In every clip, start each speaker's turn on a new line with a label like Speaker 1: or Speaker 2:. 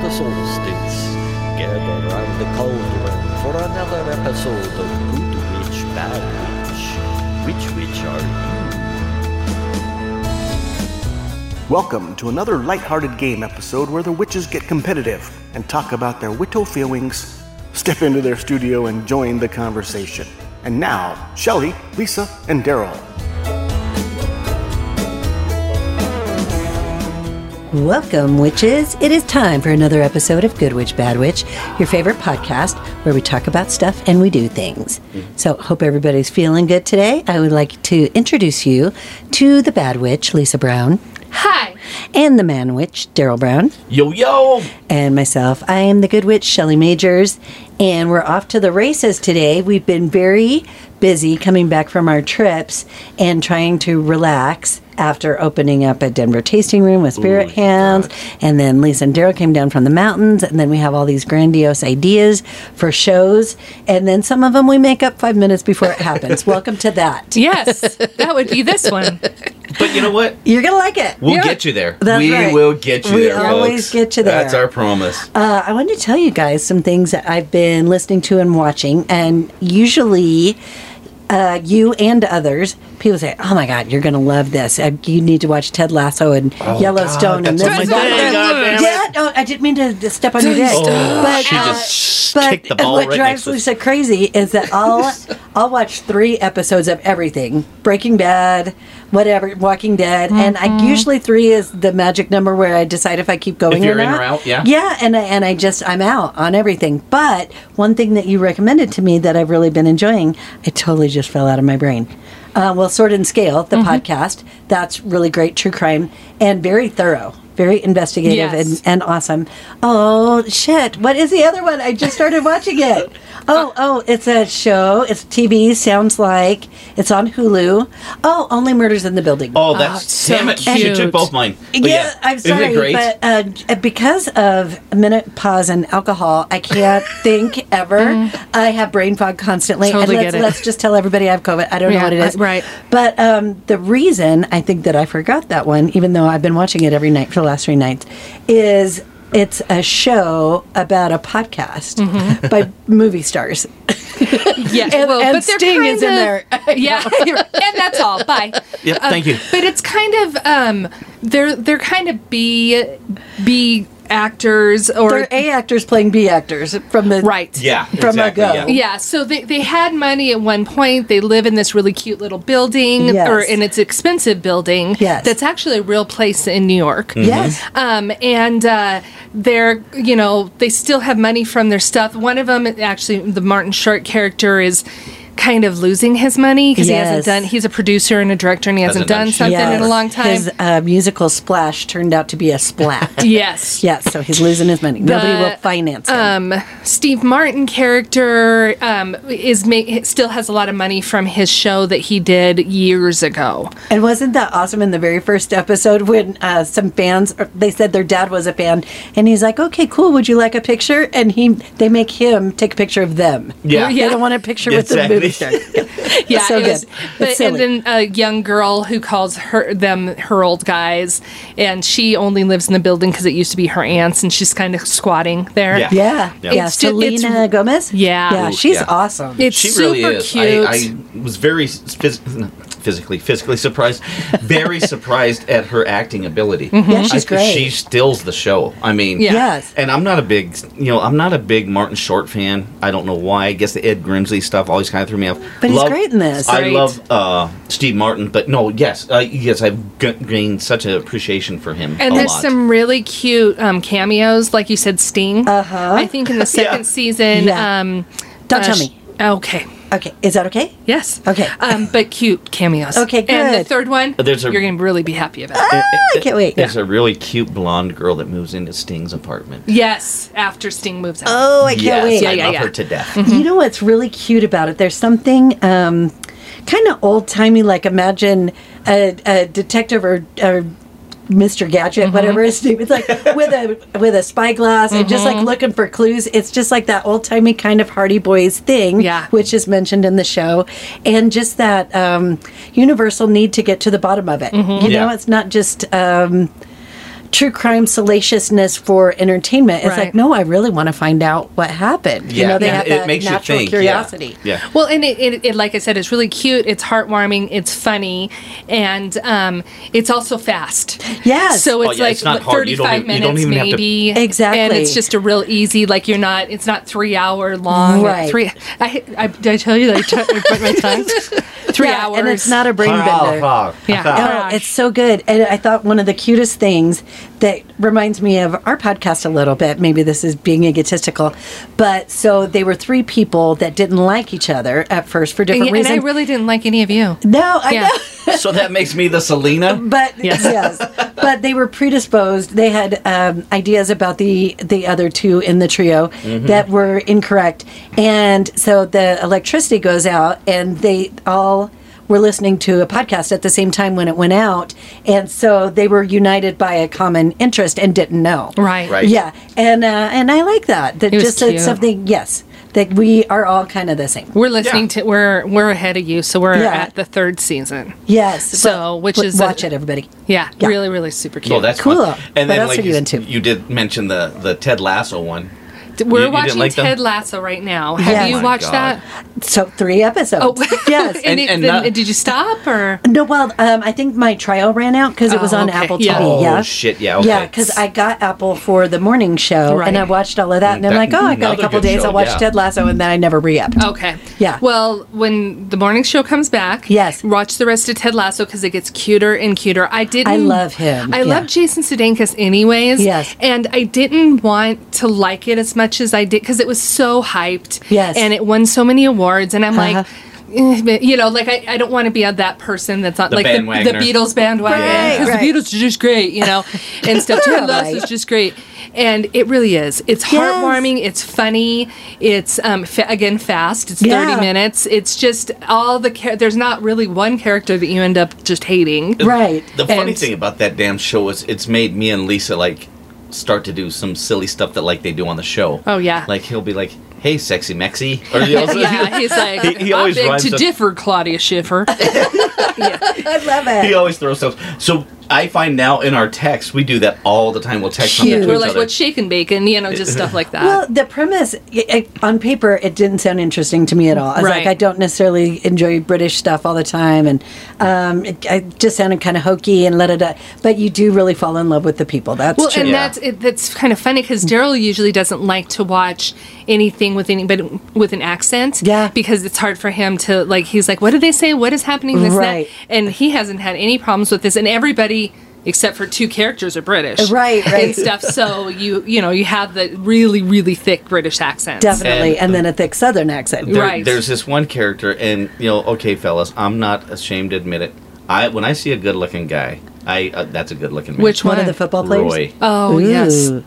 Speaker 1: Puzzles Sticks. Gather round the cauldron for another episode of Good Witch, Bad Witch. Which witch are you?
Speaker 2: Welcome to another lighthearted game episode where the witches get competitive and talk about their witto feelings. Step into their studio and join the conversation. And now, Shelly, Lisa, and Daryl.
Speaker 3: Welcome, witches. It is time for another episode of Good Witch, Bad Witch, your favorite podcast where we talk about stuff and we do things. So, hope everybody's feeling good today. I would like to introduce you to the Bad Witch, Lisa Brown,
Speaker 4: Hi.
Speaker 3: and the Man Witch, Daryl Brown,
Speaker 5: Yo yo!
Speaker 3: and myself. I am the Good Witch, Shelley Majors, and we're off to the races today. We've been very busy coming back from our trips and trying to relax after opening up a Denver tasting room with Spirit Hands. And then Lisa and Daryl came down from the mountains, and then we have all these grandiose ideas for shows. And then some of them we make up five minutes before it happens. Welcome to that.
Speaker 4: Yes, that would be this one.
Speaker 5: But you know what?
Speaker 3: You're going to like it.
Speaker 5: We'll
Speaker 3: Yeah.
Speaker 5: get you there.
Speaker 3: That's
Speaker 5: we
Speaker 3: right.
Speaker 5: will get you
Speaker 3: We
Speaker 5: there.
Speaker 3: always
Speaker 5: folks.
Speaker 3: get you there.
Speaker 5: That's our promise.
Speaker 3: Uh, I wanted to tell you guys some things that I've been listening to and watching, and usually. Uh, you and others, people say, "Oh my God, you're gonna love this. Uh, you need to watch Ted Lasso and Yellowstone and
Speaker 5: Oh, that's
Speaker 3: this."
Speaker 5: my
Speaker 3: and that."
Speaker 5: thing, goddammit.
Speaker 3: Yeah, no, I didn't mean to step on your dick. but
Speaker 5: Oh, she
Speaker 3: uh,
Speaker 5: just
Speaker 3: but
Speaker 5: kicked the ball
Speaker 3: what
Speaker 5: right
Speaker 3: drives
Speaker 5: next to us.
Speaker 3: Lisa crazy is that I'll I'll watch three episodes of everything: Breaking Bad, whatever, Walking Dead, and
Speaker 5: Mm-hmm.
Speaker 3: I usually three is the magic number where I decide if I keep going
Speaker 5: you're
Speaker 3: or
Speaker 5: in
Speaker 3: not.
Speaker 5: or out, yeah.
Speaker 3: Yeah, and I, and I just I'm out on everything. But one thing that you recommended to me that I've really been enjoying, I totally just fell out of my brain. Uh, well, Sword and Scale, the podcast, that's really great, true crime, and very thorough. Very investigative
Speaker 4: Yes.
Speaker 3: and, and awesome. Oh shit! What is the other one? I just started watching it. Oh oh, it's a show. It's TV. Sounds like it's on Hulu. Oh, only murders in the building.
Speaker 5: Oh, that's
Speaker 4: so
Speaker 5: damn it! She took
Speaker 4: cute.
Speaker 5: both mine. But
Speaker 3: Yeah, I'm
Speaker 5: Isn't it
Speaker 3: sorry,
Speaker 5: great?
Speaker 3: but uh, j- because of menopause and alcohol, I can't think ever. I have brain fog constantly.
Speaker 4: Mm-hmm. Totally
Speaker 3: and let's,
Speaker 4: get it.
Speaker 3: let's just tell everybody I have COVID. I don't know
Speaker 4: Yeah,
Speaker 3: what it is.
Speaker 4: uh, right.
Speaker 3: But um, the reason I think that I forgot that one, even though I've been watching it every night for the last three nights, is it's a show about a podcast
Speaker 4: Mm-hmm.
Speaker 3: by movie stars.
Speaker 4: Yeah,
Speaker 3: And- and
Speaker 4: they're
Speaker 3: Sting is in
Speaker 4: kinda-
Speaker 3: there.
Speaker 4: yeah, you're- and that's all. Bye. Um,
Speaker 5: Yep, thank you.
Speaker 4: But it's kind of um, they're they're kind of B B actors or
Speaker 3: They're A actors playing B actors from the
Speaker 4: right.
Speaker 5: Yeah,
Speaker 3: From a
Speaker 5: exactly,
Speaker 3: go.
Speaker 5: yeah.
Speaker 4: Yeah, so they, they had money at one point. They live in this really cute little building,
Speaker 3: Yes.
Speaker 4: or and it's an expensive building.
Speaker 3: Yes.
Speaker 4: that's actually a real place in New York.
Speaker 3: Yes.
Speaker 4: Um, and uh, they're, you know, they still have money from their stuff. One of them, actually, the Martin Short character is kind of losing his money because he
Speaker 3: Yes.
Speaker 4: hasn't done, he's a producer and a director and he hasn't,
Speaker 5: Hasn't
Speaker 4: done
Speaker 5: done shit.
Speaker 4: something in a long time.
Speaker 3: His uh, musical splash turned out to be a splat.
Speaker 4: yes.
Speaker 3: Yes, so he's losing his money. Nobody will
Speaker 4: But,
Speaker 3: finance him.
Speaker 4: Um, Steve Martin character um, is ma- still has a lot of money from his show that he did years ago.
Speaker 3: and wasn't that awesome in the very first episode when uh, some fans or they said their dad was a fan, and he's like, "Okay, cool. Would you like a picture?" And he they make him take a picture of them.
Speaker 5: Yeah.
Speaker 3: they don't want a picture
Speaker 5: Exactly.
Speaker 3: with the movie star.
Speaker 4: Yeah,
Speaker 3: so
Speaker 4: it was-
Speaker 3: good.
Speaker 4: But,
Speaker 3: It's silly.
Speaker 4: and then a young girl who calls her them her old guys, and she only lives in the building because it used to be her aunt's, and she's kind of squatting there.
Speaker 5: Yeah.
Speaker 3: yeah,
Speaker 5: Yeah.
Speaker 3: yeah,
Speaker 4: It's ju- it's-
Speaker 3: Selena Gomez.
Speaker 4: Yeah.
Speaker 3: yeah,
Speaker 4: Ooh,
Speaker 3: she's
Speaker 5: yeah.
Speaker 3: awesome.
Speaker 4: It's
Speaker 5: she
Speaker 4: super
Speaker 5: really is.
Speaker 4: cute.
Speaker 5: I, I was very phys- physically, physically surprised, very surprised at her acting ability.
Speaker 3: Yeah, she's
Speaker 5: I-
Speaker 3: great.
Speaker 5: She steals the show. I mean,
Speaker 4: Yeah.
Speaker 3: Yes.
Speaker 5: And I'm not a big, you know, I'm not a big Martin Short fan. I don't know why. I guess the Ed Grimsley stuff always kind of threw me off.
Speaker 3: But he's great in this.
Speaker 5: I
Speaker 4: Right.
Speaker 5: love uh, Steve Martin, but no, yes, uh, yes, I've g- gained such an appreciation for him.
Speaker 4: and
Speaker 5: a
Speaker 4: there's
Speaker 5: lot.
Speaker 4: some really cute um, cameos, like you said, Sting. Uh huh. I think in the second season.
Speaker 3: Uh-huh. Yeah.
Speaker 4: Um,
Speaker 3: Don't
Speaker 4: uh,
Speaker 3: tell
Speaker 4: sh-
Speaker 3: me.
Speaker 4: Okay.
Speaker 3: Okay, is that okay?
Speaker 4: Yes.
Speaker 3: Okay.
Speaker 4: Um, but cute cameos.
Speaker 3: Okay,
Speaker 4: And the
Speaker 3: good.
Speaker 4: third one,
Speaker 5: There's a-
Speaker 4: you're going to really be happy about.
Speaker 3: I can't wait.
Speaker 5: There's a really cute blonde girl that moves into Sting's apartment.
Speaker 4: yes. After Sting moves out.
Speaker 3: Oh, I can't
Speaker 5: yes,
Speaker 3: wait.
Speaker 5: I
Speaker 4: yeah,
Speaker 5: love
Speaker 4: yeah.
Speaker 5: her to death.
Speaker 4: Mm-hmm.
Speaker 3: You know what's really cute about it? There's something um, kind of old timey, like imagine a, a detective or, or Mr. Gadget,
Speaker 4: Mm-hmm.
Speaker 3: whatever his name. It's like with a with a spyglass and just
Speaker 4: Mm-hmm.
Speaker 3: like looking for clues. It's just like that old timey kind of Hardy Boys thing,
Speaker 4: Yeah.
Speaker 3: which is mentioned in the show, and just that
Speaker 4: Mm-hmm.
Speaker 3: um, universal need to get to the bottom of it. You know,
Speaker 5: Yeah.
Speaker 3: it's not just. Um, true crime salaciousness for entertainment. It's
Speaker 4: Right.
Speaker 3: like, no, I really want to find out what happened.
Speaker 5: Yeah.
Speaker 3: You know, they
Speaker 5: Yeah.
Speaker 3: have
Speaker 5: It
Speaker 3: that
Speaker 5: makes you
Speaker 3: natural
Speaker 5: think, yeah.
Speaker 3: curiosity.
Speaker 5: Yeah.
Speaker 4: Well, and it, it, it, like I said, it's really cute. It's heartwarming. It's funny, and um, it's also fast.
Speaker 3: Yes.
Speaker 4: So
Speaker 5: Oh,
Speaker 4: it's
Speaker 5: yeah,
Speaker 4: like
Speaker 5: it's not
Speaker 4: what,
Speaker 5: hard. You don't
Speaker 4: thirty-five
Speaker 5: even- you don't
Speaker 4: minutes,
Speaker 5: even have to-
Speaker 4: maybe. And
Speaker 3: Exactly.
Speaker 4: it's just a real easy. Like you're not. It's not three hour long.
Speaker 3: Right.
Speaker 4: Three. I, I did I tell you that I t- I bit my tongue. Three
Speaker 3: Yeah,
Speaker 4: hours.
Speaker 3: and it's not a brain bender.
Speaker 4: Yeah.
Speaker 3: Oh,
Speaker 4: Gosh.
Speaker 3: it's so good. And I thought one of the cutest things that reminds me of our podcast a little bit, maybe this is being egotistical, but so they were three people that didn't like each other at first for
Speaker 4: And,
Speaker 3: different
Speaker 4: y- and
Speaker 3: reasons.
Speaker 4: I really didn't like any of you.
Speaker 3: no, I
Speaker 4: Yeah.
Speaker 3: know.
Speaker 5: so that makes me the Selena.
Speaker 3: But yes. but they were predisposed. They had um, ideas about the the other two in the trio
Speaker 4: Mm-hmm.
Speaker 3: that were incorrect, and so the electricity goes out, and they all were listening to a podcast at the same time when it went out, and so they were united by a common interest and didn't know.
Speaker 4: Right.
Speaker 5: Right.
Speaker 3: Yeah, and uh, and I like that. That
Speaker 4: It was
Speaker 3: just that
Speaker 4: cute.
Speaker 3: something. Yes, that we are all kind of the same.
Speaker 4: We're listening
Speaker 5: Yeah.
Speaker 4: to. We're we're ahead of you. So we're
Speaker 3: Yeah.
Speaker 4: at the third season.
Speaker 3: Yes.
Speaker 4: So,
Speaker 3: but-
Speaker 4: which
Speaker 3: but
Speaker 4: is a-
Speaker 3: watch it, everybody.
Speaker 4: Yeah.
Speaker 3: Yeah.
Speaker 4: Really, really super cute.
Speaker 5: Oh, that's
Speaker 3: Cool.
Speaker 5: Fun.
Speaker 3: What
Speaker 5: And then,
Speaker 3: else
Speaker 5: like
Speaker 3: are you
Speaker 5: s-
Speaker 3: into?
Speaker 5: You did mention the the Ted Lasso one.
Speaker 4: We're
Speaker 5: you didn't
Speaker 4: watching
Speaker 5: like them?
Speaker 4: Ted Lasso right now. Have
Speaker 3: Yes.
Speaker 4: you
Speaker 3: Oh my
Speaker 4: watched
Speaker 5: God.
Speaker 4: that?
Speaker 3: So three episodes. yes.
Speaker 4: and,
Speaker 5: And-
Speaker 4: Oh. it,
Speaker 5: and
Speaker 4: then-
Speaker 5: not-
Speaker 4: did you stop or?
Speaker 3: No, well, um, I think my trial ran out because it was
Speaker 4: Oh,
Speaker 3: on
Speaker 4: okay.
Speaker 3: Apple
Speaker 4: Yeah.
Speaker 3: TV.
Speaker 5: Oh,
Speaker 3: yeah.
Speaker 5: shit, yeah, okay.
Speaker 3: Yeah, because I got Apple for the morning show
Speaker 4: Right.
Speaker 3: and I watched all of that, and I'm
Speaker 5: That-
Speaker 3: like, oh, I got a
Speaker 5: another
Speaker 3: couple
Speaker 5: good
Speaker 3: days.
Speaker 5: show,
Speaker 3: I'll watch
Speaker 5: yeah.
Speaker 3: Ted Lasso, and then I never re-upped.
Speaker 4: Okay.
Speaker 3: Yeah.
Speaker 4: Well, when the morning show comes back,
Speaker 3: Yes.
Speaker 4: watch the rest of Ted Lasso because it gets cuter and cuter. I didn't.
Speaker 3: I love him,
Speaker 4: I
Speaker 3: yeah.
Speaker 4: love Jason Sudeikis, anyways.
Speaker 3: Yes.
Speaker 4: And I didn't want to like it as much as I did because it was so hyped.
Speaker 3: Yes.
Speaker 4: And it won so many awards, and I'm
Speaker 3: Uh-huh.
Speaker 4: like. eh, but, You know, like I, I don't want to be on that person that's on
Speaker 5: The
Speaker 4: like the, the
Speaker 5: bandwagoner.
Speaker 4: Beatles bandwagon
Speaker 3: Right,
Speaker 4: because
Speaker 3: right.
Speaker 4: the Beatles are just great, you know, and stuff. Ted
Speaker 3: Right.
Speaker 4: Lasso's just great, and it really is. It's
Speaker 3: Yes.
Speaker 4: heartwarming. It's funny. It's um fa- again fast. It's
Speaker 3: Yeah.
Speaker 4: 30 minutes. It's just all the char- there's not really one character that you end up just hating.
Speaker 3: Right.
Speaker 5: The funny
Speaker 4: And-
Speaker 5: thing about that damn show is it's made me and Lisa like start to do some silly stuff that like they do on the show.
Speaker 4: Oh, yeah.
Speaker 5: Like he'll be like, "Hey, sexy Mexi," or he also,
Speaker 4: Yeah, he's like
Speaker 5: He- he
Speaker 4: I
Speaker 5: always
Speaker 4: beg
Speaker 5: rhymes
Speaker 4: to
Speaker 5: up-
Speaker 4: differ, Claudia Schiffer.
Speaker 3: I love
Speaker 5: he
Speaker 3: it.
Speaker 5: always throws stuff. So I find now in our text we do that all the time. We'll text something
Speaker 3: Cute.
Speaker 5: to
Speaker 4: We're
Speaker 5: each
Speaker 4: like
Speaker 5: other.
Speaker 4: what shake and bacon, you know, just stuff like that.
Speaker 3: Well, the premise i i on paper it didn't sound interesting to me at all. I was like,
Speaker 4: Right.
Speaker 3: I don't necessarily enjoy British stuff all the time, and um, it, it just sounded kind of hokey and la da da. But you do really fall in love with the people. That's
Speaker 4: Well,
Speaker 3: true.
Speaker 4: and
Speaker 5: Yeah.
Speaker 4: that's it, that's kind of funny because Daryl usually doesn't like to watch anything with anybody with an accent.
Speaker 3: Yeah.
Speaker 4: because it's hard for him to like. He's like, "What did they say? What is happening?" This and that."
Speaker 3: Right.
Speaker 4: and he hasn't had any problems with this. And everybody except for two characters are British,
Speaker 3: Right, right.
Speaker 4: and stuff. So you you know you have the really really thick British accent.
Speaker 3: Definitely, and,
Speaker 5: And-
Speaker 3: then a thick Southern accent.
Speaker 5: There-
Speaker 4: Right.
Speaker 5: There's this one character, and you know, okay, fellas, I'm not ashamed to admit it. I when I see a good-looking guy, I uh, that's a good-looking man.
Speaker 4: Which
Speaker 3: One of the
Speaker 4: Why?
Speaker 3: football players.
Speaker 5: Roy,
Speaker 4: Oh yes.
Speaker 3: Ooh.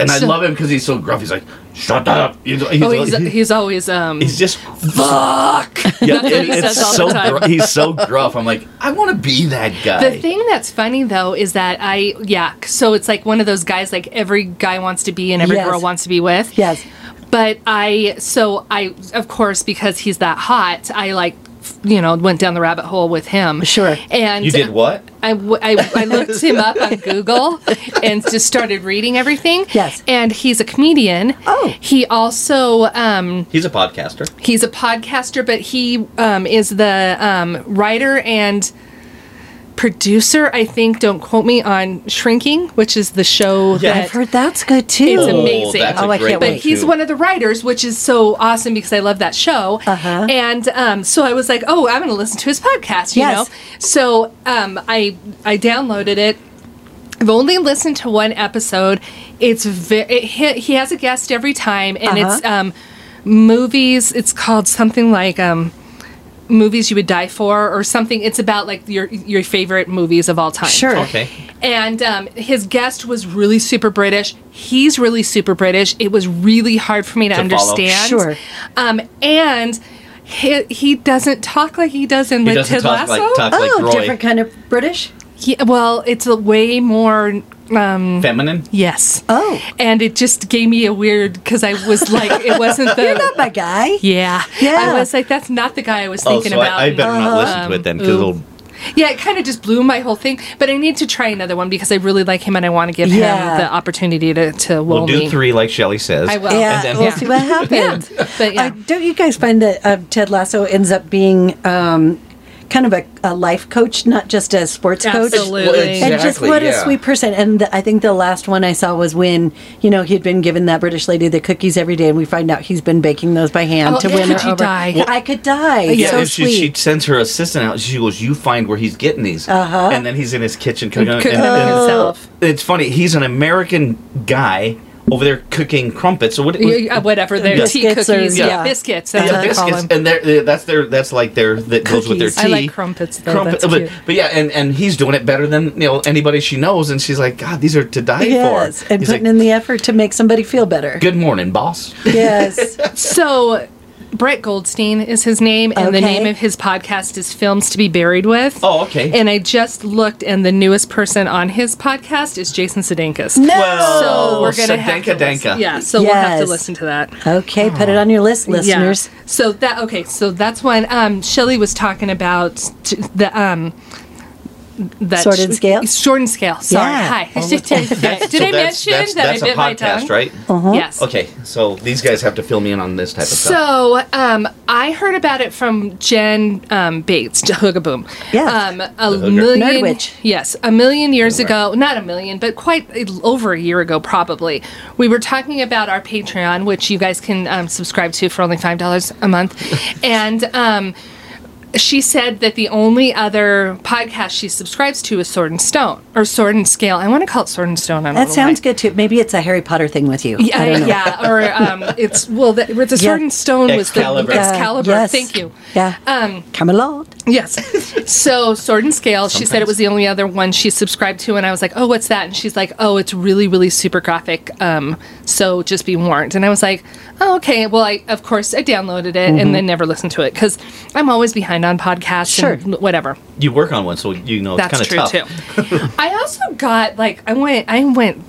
Speaker 5: and I
Speaker 4: so-
Speaker 5: love him because he's so gruff. He's like, "Shut up!" He's, he's,
Speaker 4: Oh, he's, he's always um.
Speaker 5: he's just
Speaker 4: fuck. That's
Speaker 5: yeah,
Speaker 4: what he
Speaker 5: it-
Speaker 4: says all
Speaker 5: it's
Speaker 4: the
Speaker 5: so
Speaker 4: time.
Speaker 5: gr- he's so gruff. I'm like, I want to be that guy.
Speaker 4: The thing that's funny though is that I yeah, so it's like one of those guys like every guy wants to be and every
Speaker 3: Yes.
Speaker 4: girl wants to be with.
Speaker 3: Yes.
Speaker 4: But I so I of course because he's that hot, I like f- you know went down the rabbit hole with him.
Speaker 3: Sure.
Speaker 4: And
Speaker 5: you did what?
Speaker 4: I, w- I, I looked him up on Google and just started reading everything.
Speaker 3: Yes.
Speaker 4: And he's a comedian.
Speaker 3: Oh.
Speaker 4: He also um,
Speaker 5: He's a podcaster.
Speaker 4: he's a podcaster, but he um, is the um, writer and producer. I think. Don't quote me on Shrinking, which is the show
Speaker 5: Yeah.
Speaker 4: that
Speaker 3: I've heard that's good too.
Speaker 4: It's amazing.
Speaker 5: that's a
Speaker 3: Oh, I
Speaker 5: great
Speaker 3: can't
Speaker 5: one,
Speaker 3: wait.
Speaker 4: but he's
Speaker 5: too.
Speaker 4: one of the writers, which is so awesome because I love that show.
Speaker 3: Uh-huh.
Speaker 4: And um, so I was like, oh, I'm going to listen to his podcast. You
Speaker 3: Yes.
Speaker 4: know, so um, I I downloaded it. I've only listened to one episode. It's ve- it, he, he has a guest every time, and it's
Speaker 3: Uh-huh.
Speaker 4: um, movies. It's called something like. Um, movies you would die for or something it's about like your your favorite movies of all time
Speaker 3: Sure.
Speaker 5: Okay.
Speaker 4: and um, his guest was really super British. He's really super British. It was really hard for me to,
Speaker 5: To follow.
Speaker 4: understand.
Speaker 3: Sure.
Speaker 4: Um, and he, he doesn't talk like he does in
Speaker 5: He
Speaker 4: like
Speaker 5: doesn't
Speaker 4: Ted
Speaker 5: talk
Speaker 4: Lasso.
Speaker 5: like, talk
Speaker 3: oh,
Speaker 5: like Roy.
Speaker 3: different kind of British.
Speaker 4: Yeah, well, it's a way more. Um,
Speaker 5: Feminine.
Speaker 4: yes.
Speaker 3: Oh.
Speaker 4: And it just gave me a weird because I was like, it wasn't the.
Speaker 3: Not my guy.
Speaker 4: yeah.
Speaker 3: Yeah.
Speaker 4: I was like, that's not the guy I was
Speaker 5: Oh,
Speaker 4: thinking
Speaker 5: so
Speaker 4: about. Um,
Speaker 5: I, I better not listen to it then because
Speaker 4: ooh.
Speaker 5: it'll
Speaker 4: Yeah, it kind of just blew my whole thing. But I need to try another one because I really like him and I want to give
Speaker 3: Yeah.
Speaker 4: him the opportunity to to
Speaker 5: We'll
Speaker 4: will
Speaker 5: do three, like Shelly says.
Speaker 4: I will.
Speaker 3: Yeah,
Speaker 5: And then-
Speaker 3: we'll
Speaker 5: Yeah.
Speaker 3: see what happens.
Speaker 4: But yeah.
Speaker 3: Uh, don't you guys find that uh, Ted Lasso ends up being um, kind of a, a life coach, not just a sports coach?
Speaker 4: Absolutely.
Speaker 3: And just
Speaker 5: Exactly,
Speaker 3: what a
Speaker 5: yeah.
Speaker 3: sweet person. And the, I think the last one I saw was when, you know, he'd been giving that British lady the cookies every day, and we find out he's been baking those by hand
Speaker 4: Oh,
Speaker 3: to
Speaker 4: and
Speaker 3: win
Speaker 4: could
Speaker 3: her
Speaker 4: you
Speaker 3: over.
Speaker 4: die?
Speaker 3: I could die.
Speaker 5: Yeah,
Speaker 3: so
Speaker 5: and she, she
Speaker 3: sweet.
Speaker 5: sends her assistant out. She goes, "You find where he's getting these," uh-huh. and then he's in his kitchen cooking.
Speaker 4: Cooking
Speaker 5: and-
Speaker 4: them
Speaker 5: and-
Speaker 3: Oh.
Speaker 4: himself.
Speaker 5: It's funny. He's an American guy over there cooking crumpets. So what?
Speaker 4: Yeah, uh, whatever their tea
Speaker 3: Biscuits or-
Speaker 4: cookies,
Speaker 3: yeah.
Speaker 4: yeah. biscuits. That's
Speaker 5: yeah,
Speaker 4: what they call
Speaker 5: biscuits,
Speaker 4: them.
Speaker 5: and they're, they that's their that's like their that goes with their tea.
Speaker 4: Cookies. I like crumpets, though, that's
Speaker 5: but,
Speaker 4: cute.
Speaker 5: but yeah, and, and he's doing it better than you know anybody she knows, and she's like, God, these are to die
Speaker 3: yes,
Speaker 5: for.
Speaker 3: and
Speaker 5: He's
Speaker 3: putting
Speaker 5: like,
Speaker 3: in the effort to make somebody feel better.
Speaker 5: Good morning, boss.
Speaker 3: Yes.
Speaker 4: So, Brett Goldstein is his name, and the
Speaker 3: Okay.
Speaker 4: name of his podcast is Films to Be Buried With.
Speaker 5: Oh, okay.
Speaker 4: And I just looked, and the newest person on his podcast is Jason Sudeikis.
Speaker 3: No.
Speaker 5: Well,
Speaker 4: So we're gonna have to
Speaker 5: Sudenka
Speaker 4: listen-
Speaker 5: Danka.
Speaker 4: Yeah, so we'll have to
Speaker 3: Yes.
Speaker 4: listen to that.
Speaker 3: okay, put it on your list, listeners.
Speaker 4: Yeah. So that okay, so that's when um Shelly was talking about t- the um that
Speaker 3: Sword and Scale?
Speaker 4: Sword and scale. Sorry.
Speaker 3: Yeah.
Speaker 4: Hi. Did I mention
Speaker 5: Oh, that's,
Speaker 4: that
Speaker 5: that's
Speaker 4: I bit
Speaker 5: a
Speaker 4: my
Speaker 5: podcast,
Speaker 4: tongue?
Speaker 5: right?
Speaker 3: Uh-huh.
Speaker 4: Yes.
Speaker 5: Okay, so these guys have to fill me in on this type of stuff.
Speaker 4: So um, I heard about it from Jen um, Bates, Hoogaboom.
Speaker 3: Yeah.
Speaker 4: Um, a
Speaker 5: hooger.
Speaker 4: million.
Speaker 3: Nerd witch.
Speaker 4: Yes, a million years
Speaker 5: Right.
Speaker 4: ago. Not a million, but quite a- over a year ago, probably. We were talking about our Patreon, which you guys can um, subscribe to for only five dollars a month, and. Um, she said that the only other podcast she subscribes to is Sword and Stone or Sword and Scale. I want to call it Sword and Stone. I don't
Speaker 3: That
Speaker 4: know
Speaker 3: sounds
Speaker 4: why.
Speaker 3: good too. Maybe it's a Harry Potter thing with you. I don't know.
Speaker 4: Yeah, yeah, or um, it's well, the, the Sword
Speaker 3: Yeah.
Speaker 4: and Stone was the
Speaker 5: Excalibur.
Speaker 3: Uh,
Speaker 4: Excalibur.
Speaker 3: yes.
Speaker 4: Thank you.
Speaker 3: Yeah.
Speaker 4: Um,
Speaker 3: Come along.
Speaker 4: Yes. so Sword and Scale, she said it was the only other one she subscribed to, and I was like, "Oh, what's that?" And she's like, "Oh, it's really, really super graphic. Um, so just be warned." And I was like, "Oh, okay." Well, I of course I downloaded it
Speaker 3: Mm-hmm.
Speaker 4: and then never listened to it because I'm always behind on podcasts
Speaker 3: Sure.
Speaker 4: and whatever.
Speaker 5: you work on one, so you know it's
Speaker 4: That's
Speaker 5: kind of
Speaker 4: true
Speaker 5: tough.
Speaker 4: too. I also got like I went I went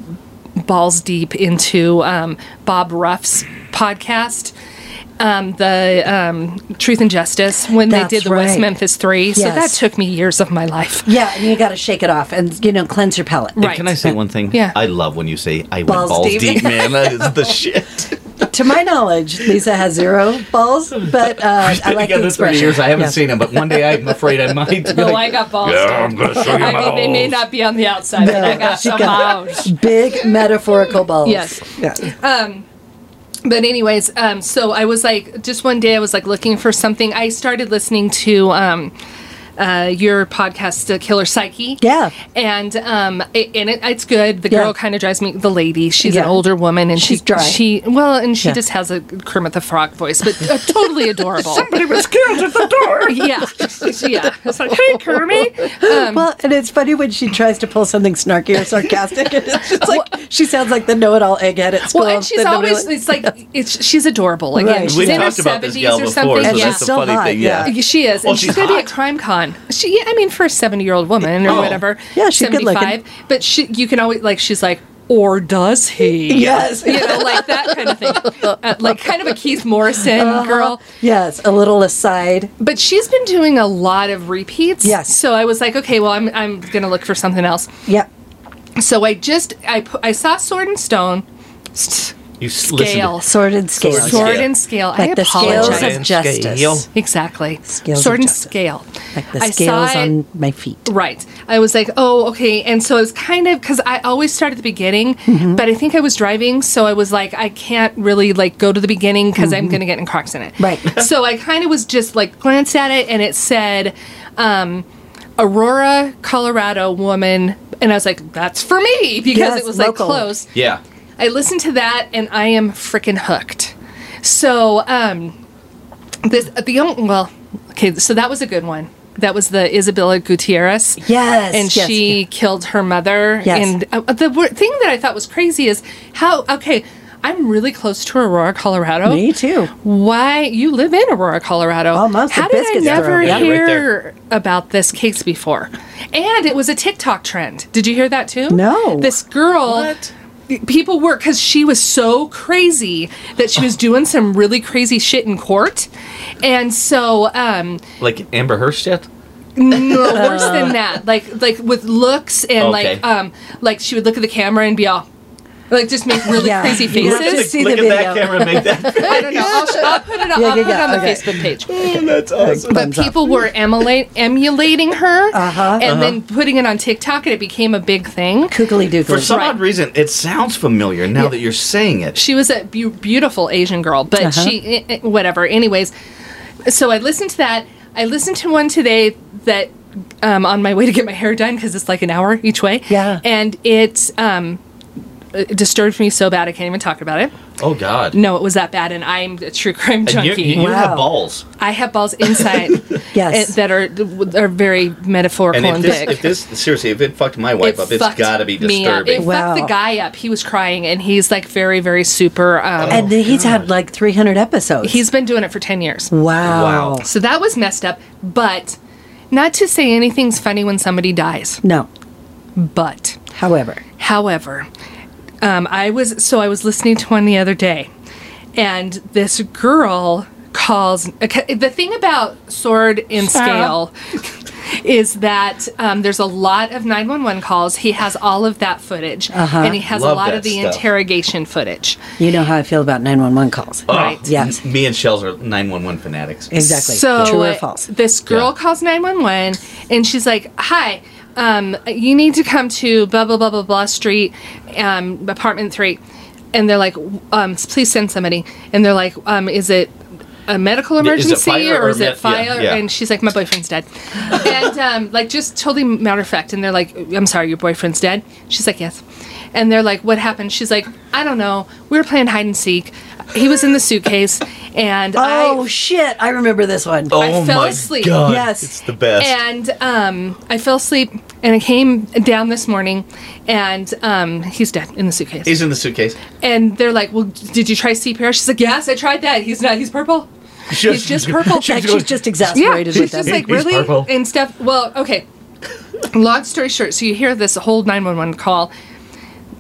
Speaker 4: balls deep into um, Bob Ruff's podcast. Um, the um, Truth and Justice when
Speaker 3: That's
Speaker 4: they did the West
Speaker 3: right.
Speaker 4: Memphis Three, so that
Speaker 3: Yes.
Speaker 4: took me years of my life.
Speaker 3: Yeah, and you got to shake it off and you know cleanse your palate.
Speaker 5: And
Speaker 4: Right.
Speaker 5: Can I say one thing?
Speaker 4: Yeah.
Speaker 5: I love when you say I went
Speaker 3: Balls
Speaker 5: balls
Speaker 3: deep.
Speaker 5: deep, man. That is the shit.
Speaker 3: To my knowledge, Lisa has zero balls, but uh, I like the
Speaker 5: Together thirty
Speaker 3: expression.
Speaker 5: years, I haven't
Speaker 3: Yeah.
Speaker 5: seen him, but one day I'm afraid I might. be
Speaker 4: No,
Speaker 5: like,
Speaker 4: I got balls.
Speaker 5: Yeah,
Speaker 4: deep.
Speaker 5: I'm gonna show you
Speaker 4: I
Speaker 5: my
Speaker 4: mean, they may
Speaker 5: balls.
Speaker 4: not be on the outside, but I got
Speaker 3: she
Speaker 4: some
Speaker 3: got-
Speaker 4: balls.
Speaker 3: Big metaphorical balls.
Speaker 4: Yes.
Speaker 3: Yeah.
Speaker 4: But anyways, um, so I was like, just one day I was like looking for something. I started listening to um, uh, your podcast, The Killer Psyche.
Speaker 3: Yeah.
Speaker 4: and um, it, and it, it's good. The
Speaker 3: Yeah.
Speaker 4: girl kind of drives me. The lady, she's an
Speaker 3: Yeah.
Speaker 4: older woman, and
Speaker 3: She's
Speaker 4: she,
Speaker 3: dry.
Speaker 4: She well, and she
Speaker 3: Yeah.
Speaker 4: just has a Kermit the Frog voice, but uh, totally adorable. Somebody was killed at the door. yeah, Um, yeah. It's like, hey, Kermit.
Speaker 3: Um, well, and it's funny when she tries to pull something snarky or sarcastic, and it's just like she sounds like the know-it-all egghead at school.
Speaker 4: Well, and she's
Speaker 3: that nobody
Speaker 4: always
Speaker 3: likes.
Speaker 4: it's like it's she's adorable. Again,
Speaker 3: Right.
Speaker 4: she's
Speaker 5: We've
Speaker 4: in her
Speaker 5: talked about this
Speaker 4: seventies
Speaker 5: gal
Speaker 4: or
Speaker 5: before,
Speaker 4: something.
Speaker 5: so
Speaker 3: yeah.
Speaker 5: that's the
Speaker 3: Still
Speaker 5: funny
Speaker 3: hot,
Speaker 5: thing.
Speaker 3: yeah.
Speaker 5: Yeah.
Speaker 4: Yeah, Uh, She is.
Speaker 5: Uh, Well,
Speaker 4: and she's
Speaker 5: she's
Speaker 4: going to be at
Speaker 5: hot.
Speaker 4: Crime Con. She, yeah, I mean, for a 70 year old woman or
Speaker 5: Oh.
Speaker 4: whatever.
Speaker 3: Yeah, she's good looking.
Speaker 4: But she, you can always, like, she's like, or does he?
Speaker 3: Yes.
Speaker 4: You know, like that kind of thing. Uh, like, kind of a Keith Morrison
Speaker 3: Uh-huh.
Speaker 4: girl.
Speaker 3: yes, a little aside.
Speaker 4: But she's been doing a lot of repeats.
Speaker 3: Yes.
Speaker 4: So I was like, okay, well, I'm, I'm going to look for something else.
Speaker 3: Yep.
Speaker 4: So I just, I, pu- I saw Sword and Stone.
Speaker 5: You s-
Speaker 4: Scale.
Speaker 5: listen.
Speaker 3: Sword and scale.
Speaker 5: Sword and
Speaker 4: Sword
Speaker 5: Scale.
Speaker 4: and scale. I
Speaker 3: Like the
Speaker 4: apologize.
Speaker 3: scales of justice.
Speaker 5: Scale.
Speaker 4: Exactly.
Speaker 3: Scales of
Speaker 4: Sword and
Speaker 3: justice.
Speaker 4: scale.
Speaker 3: Like the
Speaker 4: I saw
Speaker 3: scales
Speaker 4: it-
Speaker 3: on my feet.
Speaker 4: Right. I was like, oh, okay. And so it's kind of because I always start at the beginning,
Speaker 3: Mm-hmm.
Speaker 4: but I think I was driving, so I was like, I can't really like go to the beginning because I'm going to get in a car accident.
Speaker 3: Mm-hmm. Right.
Speaker 4: so I kind of was just like glanced at it, and it said, um, Aurora, Colorado woman, and I was like, that's for me because
Speaker 3: Yes,
Speaker 4: it was
Speaker 3: local.
Speaker 4: like close.
Speaker 5: Yeah.
Speaker 4: I listened to that and I am freaking hooked. So, um, this the on- well, okay, so that was a good one. That was the Isabella Gutierrez.
Speaker 3: Yes,
Speaker 4: and
Speaker 3: yes,
Speaker 4: she killed her mother.
Speaker 3: Yes.
Speaker 4: and uh, the wor- thing that I thought was crazy is how okay. I'm really close to Aurora, Colorado.
Speaker 3: Me too.
Speaker 4: Why you live in Aurora, Colorado?
Speaker 3: Almost a
Speaker 4: How did I
Speaker 3: biscuit
Speaker 4: never
Speaker 3: throw. Yeah,
Speaker 5: right
Speaker 4: hear about this case before? And it was a TikTok trend. Did you hear that too?
Speaker 3: No.
Speaker 4: This girl people were because she was so crazy that she was doing some really crazy shit in court and so um
Speaker 5: Like Amber Heard shit?
Speaker 4: no, worse
Speaker 3: Uh.
Speaker 4: than that. Like like with looks and
Speaker 5: Okay.
Speaker 4: like um like she would look at the camera and be all like just make really
Speaker 3: Yeah.
Speaker 4: crazy
Speaker 3: You have
Speaker 4: faces.
Speaker 3: to see
Speaker 5: Look
Speaker 3: the
Speaker 5: at
Speaker 3: video.
Speaker 5: that camera and make that.
Speaker 4: I don't know. I'll, show, I'll put it on,
Speaker 3: Yeah,
Speaker 4: I'll
Speaker 3: yeah,
Speaker 4: put it on
Speaker 3: yeah,
Speaker 4: the
Speaker 3: okay.
Speaker 4: Facebook page.
Speaker 5: That's awesome.
Speaker 4: But
Speaker 3: Thumbs up. Uh-huh.
Speaker 4: people were emulate, emulating her
Speaker 5: Uh-huh.
Speaker 4: and then putting it on TikTok and it became a big thing.
Speaker 3: Kookly dookly.
Speaker 5: For some
Speaker 4: Right.
Speaker 5: odd reason, it sounds familiar now that you're saying it.
Speaker 4: She was a be- beautiful Asian girl, but
Speaker 3: Uh-huh.
Speaker 4: she, eh, eh, whatever. Anyways, so I listened to that. I listened to one today that um, on my way to get my hair done because it's like an hour each way.
Speaker 3: Yeah.
Speaker 4: And it um, it disturbed me so bad I can't even talk about it.
Speaker 5: Oh God.
Speaker 4: No, it was that bad, and I'm a true crime
Speaker 5: And you,
Speaker 4: junkie.
Speaker 5: you, you
Speaker 3: Wow.
Speaker 5: have balls.
Speaker 4: I have balls inside
Speaker 3: Yes.
Speaker 4: eh, that are are very metaphorical
Speaker 5: And
Speaker 4: and,
Speaker 5: if this,
Speaker 4: big.
Speaker 5: if this, seriously, if it fucked my wife up, it's
Speaker 4: fucked
Speaker 5: got to be
Speaker 4: me up. It
Speaker 5: disturbing.
Speaker 3: Wow.
Speaker 4: fucked the guy up. He was crying, and he's like very, very super. Um,
Speaker 3: and then he's had like 300 episodes.
Speaker 4: he's been doing it for ten years.
Speaker 3: wow.
Speaker 5: Wow.
Speaker 4: So that was messed up, but not to say anything's funny when somebody dies,
Speaker 3: No.
Speaker 4: but
Speaker 3: However,
Speaker 4: however, um, I was so I was listening to one the other day, and this girl calls the thing about sword and scale is that um, there's a lot of 911 calls he has all of that footage and he has
Speaker 5: Love
Speaker 4: a lot
Speaker 5: that
Speaker 4: of the
Speaker 5: stuff.
Speaker 4: interrogation footage
Speaker 3: you know how I feel about 911 calls.
Speaker 4: right
Speaker 3: Yes.
Speaker 5: Me and Shells are 911 fanatics.
Speaker 3: Exactly.
Speaker 4: So
Speaker 3: True or
Speaker 4: uh,
Speaker 3: false?
Speaker 4: This girl
Speaker 5: Yeah.
Speaker 4: calls 911 and she's like, "Hi, um, you need to come to blah blah blah blah blah street, um, apartment three. And they're like, um, "Please send somebody." And they're like, um, "Is it a medical
Speaker 5: it
Speaker 4: emergency
Speaker 5: fire
Speaker 4: or,
Speaker 5: or
Speaker 4: is
Speaker 5: med-
Speaker 4: it fire?"
Speaker 5: yeah, yeah.
Speaker 4: And she's like, "My boyfriend's dead." and um, like just totally matter of fact. And they're like, "I'm sorry, your boyfriend's dead." She's like, "Yes." And they're like, "What happened?" She's like, "I don't know. We were playing hide and seek. He was in the suitcase, and
Speaker 3: oh,
Speaker 4: I
Speaker 3: shit. I remember this one.
Speaker 5: Oh.
Speaker 4: I fell asleep.
Speaker 3: Yes.
Speaker 5: It's the best.
Speaker 4: and um, I fell asleep, and I came down this morning, and um, he's dead in the suitcase.
Speaker 5: He's in the suitcase.
Speaker 4: and they're like, "Well, did you try CPR?" She's like, "Yes, I tried that. He's not. He's purple." He's just purple.
Speaker 3: Like, she's just exasperated
Speaker 4: yeah,
Speaker 3: with
Speaker 4: she's just
Speaker 3: them.
Speaker 4: like
Speaker 5: He's
Speaker 4: really
Speaker 5: purple.
Speaker 4: and stuff. Well, okay. long story short, so you hear this whole nine one one call.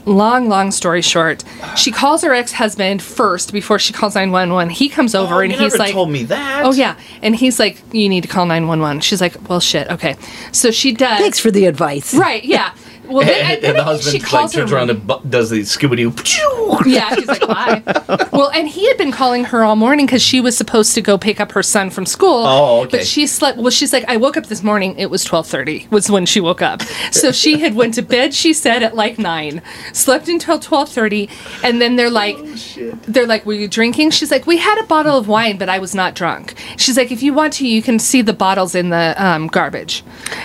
Speaker 4: Long, long story short, she calls her ex husband first before she calls nine one one. He comes over
Speaker 5: Oh,
Speaker 4: and
Speaker 5: you
Speaker 4: he's
Speaker 5: never
Speaker 4: like,
Speaker 5: told me that.
Speaker 4: "Oh yeah," and he's like, "You need to call nine one one." She's like, "Well, shit, okay." So she does.
Speaker 3: Thanks for the advice.
Speaker 4: Right, yeah. Well, then,
Speaker 5: And,
Speaker 4: I- then
Speaker 5: the
Speaker 4: I think she
Speaker 5: husband like
Speaker 4: calls
Speaker 5: turns
Speaker 4: her.
Speaker 5: around and bu- does the Scooby Doo.
Speaker 4: yeah, she's like, why? well, and he had been calling her all morning because she was supposed to go pick up her son from school.
Speaker 5: Oh, okay.
Speaker 4: But she slept. Well, she's like, I woke up this morning. It was twelve thirty. Was when she woke up. So she had went to bed. She said at like nine, slept until twelve thirty, and then they're like,
Speaker 5: Oh,
Speaker 4: they're like, were you drinking? She's like, we had a bottle of wine, but I was not drunk. She's like, if you want to, you can see the bottles in the um, garbage,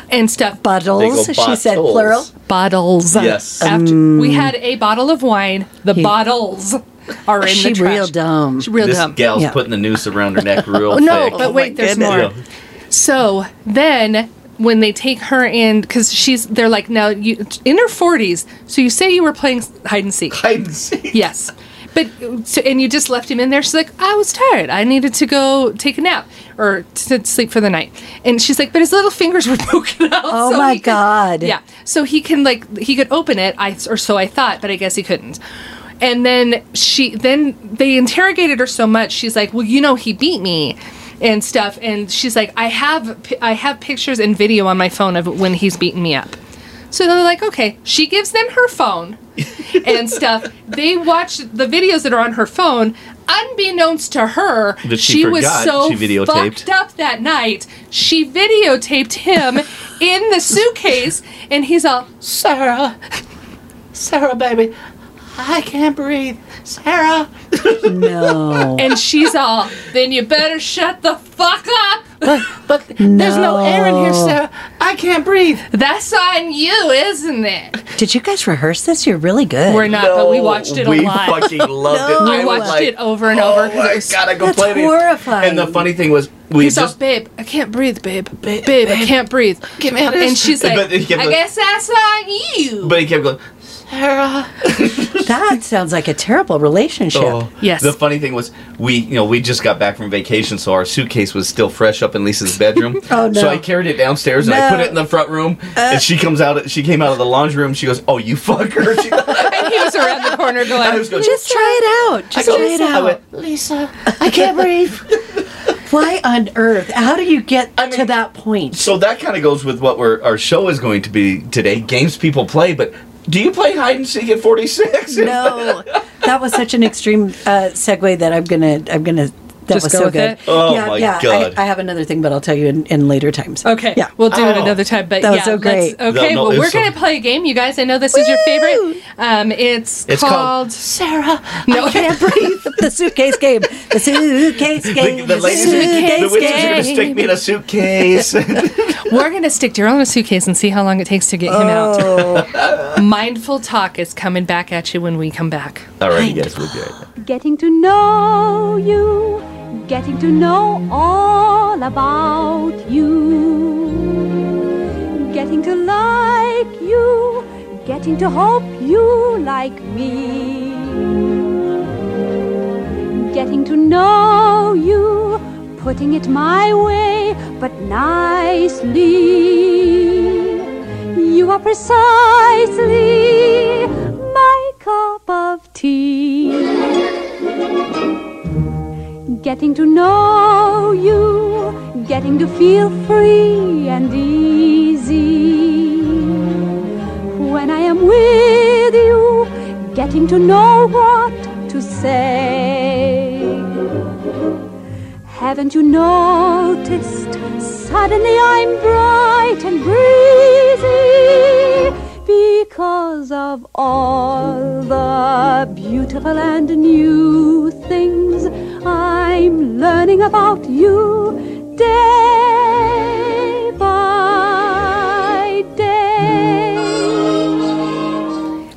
Speaker 4: and stuff.
Speaker 3: Bottles,
Speaker 5: Big
Speaker 3: she
Speaker 5: old
Speaker 3: said
Speaker 5: bottles.
Speaker 3: plural.
Speaker 4: bottles.
Speaker 5: Yes.
Speaker 4: After,
Speaker 3: Mm.
Speaker 4: we had a bottle of wine. The bottles are in
Speaker 3: She
Speaker 4: the trash.
Speaker 3: real dumb. Oh
Speaker 4: She real
Speaker 5: This
Speaker 4: dumb. Oh,
Speaker 5: gal's
Speaker 3: Yeah.
Speaker 5: putting the noose around her neck real
Speaker 4: no,
Speaker 5: thick.
Speaker 4: but wait, there's more.
Speaker 5: Yeah.
Speaker 4: So then when they take her in, because she's, they're like, now you in her 40s. So you say you were playing hide and seek.
Speaker 5: Hide and seek.
Speaker 4: Yes. But so, and you just left him in there. She's like, I was tired. I needed to go take a nap or to sleep for the night. And she's like, but his little fingers were broken out.
Speaker 3: Oh
Speaker 4: so
Speaker 3: my
Speaker 4: he could-
Speaker 3: God.
Speaker 4: yeah. So he can like he could open it. I or so I thought, but I guess he couldn't. And then she then they interrogated her so much. She's like, well, you know, he beat me. And stuff, and she's like, "I have, pi- I have pictures and video on my phone of when he's beaten me up." So they're like, okay. She gives them her phone and stuff. They watch the videos that are on her phone. Unbeknownst to her,
Speaker 5: That she
Speaker 4: was
Speaker 5: forgot
Speaker 4: so
Speaker 5: she videotaped.
Speaker 4: fucked up that night. She videotaped him in the suitcase, and he's all, Sarah, Sarah, baby, I can't breathe, Sarah.
Speaker 3: No.
Speaker 4: And she's all, then you better shut the fuck up.
Speaker 3: There's no air in here, Sarah.
Speaker 4: That's on you, isn't it?
Speaker 3: Did you guys rehearse this? You're really good.
Speaker 4: We're not, but we watched it a
Speaker 5: we
Speaker 4: lot.
Speaker 5: fucking loved
Speaker 3: No.
Speaker 5: it.
Speaker 4: I
Speaker 5: was
Speaker 4: watched
Speaker 5: like,
Speaker 4: it over and over
Speaker 5: Oh,
Speaker 4: because
Speaker 5: I
Speaker 4: it was
Speaker 5: gotta go
Speaker 3: That's
Speaker 5: play this.
Speaker 3: horrifying.
Speaker 5: And the funny thing was, we
Speaker 4: He's
Speaker 5: just
Speaker 4: all, babe, I can't breathe, babe. Babe, I can't breathe. Get me out
Speaker 5: of this.
Speaker 4: And she's like,
Speaker 5: But he kept
Speaker 4: I
Speaker 5: going-
Speaker 4: guess that's on you.
Speaker 5: But he kept going.
Speaker 3: That sounds like a terrible relationship.
Speaker 5: Oh.
Speaker 4: Yes.
Speaker 5: The funny thing was, we you know we just got back from vacation, so our suitcase was still fresh up in Lisa's bedroom.
Speaker 3: Oh, no.
Speaker 5: So I carried it downstairs and I put
Speaker 3: No. Uh.
Speaker 5: it in the front room. and she comes out. She came out of the laundry room. She goes, "Oh, you fucker!" She,
Speaker 4: and he was around the corner going,
Speaker 5: I was going.
Speaker 3: Just try it out. Just
Speaker 5: I go-
Speaker 3: try it
Speaker 5: I
Speaker 3: out.
Speaker 5: went,
Speaker 6: Lisa, I can't breathe.
Speaker 3: Why on earth? How do you get to
Speaker 5: mean-
Speaker 3: that point?
Speaker 5: So that kind of goes with what we're, our show is going to be today. Games people play, but do you play hide and seek at 46?
Speaker 3: No, that was such an extreme uh, segue that I'm gonna I'm gonna. That
Speaker 4: Just
Speaker 3: was
Speaker 4: go
Speaker 3: so
Speaker 4: with
Speaker 3: good.
Speaker 4: it?
Speaker 5: Oh, my God.
Speaker 3: I, I have another thing, but I'll tell you in, in later times.
Speaker 4: Okay.
Speaker 3: Yeah.
Speaker 4: We'll do it
Speaker 5: Oh.
Speaker 4: another time. But
Speaker 3: That was
Speaker 4: yeah,
Speaker 3: so
Speaker 4: let's-
Speaker 3: great.
Speaker 4: Okay.
Speaker 5: No, no,
Speaker 4: well,
Speaker 5: it's
Speaker 4: we're
Speaker 5: so-
Speaker 4: gonna play a game, you guys. I know this is your favorite. Um, it's,
Speaker 5: It's
Speaker 4: called.
Speaker 5: called-
Speaker 3: Sarah,
Speaker 4: No.
Speaker 3: I can't breathe. The suitcase game. The suitcase game.
Speaker 5: The, the ladies, the
Speaker 4: Suitcase
Speaker 5: witches are going to
Speaker 4: game.
Speaker 5: stick me in a suitcase.
Speaker 4: We're gonna stick Daryl in a suitcase and see how long it takes to get him out.
Speaker 3: Oh,
Speaker 4: Mindful talk is coming back at you when we come back.
Speaker 5: All right, you guys, we'll be right back.
Speaker 6: Getting to know you, getting to know all about you, getting to like you, getting to hope you like me, getting to know you, putting it my way, but nicely. You are precisely my cup of tea getting to know you, getting to feel free and easy. When I am with you, getting to know what to say. Haven't you noticed? Suddenly I'm bright and breezy because of all the beautiful and new things I'm learning about you day by day.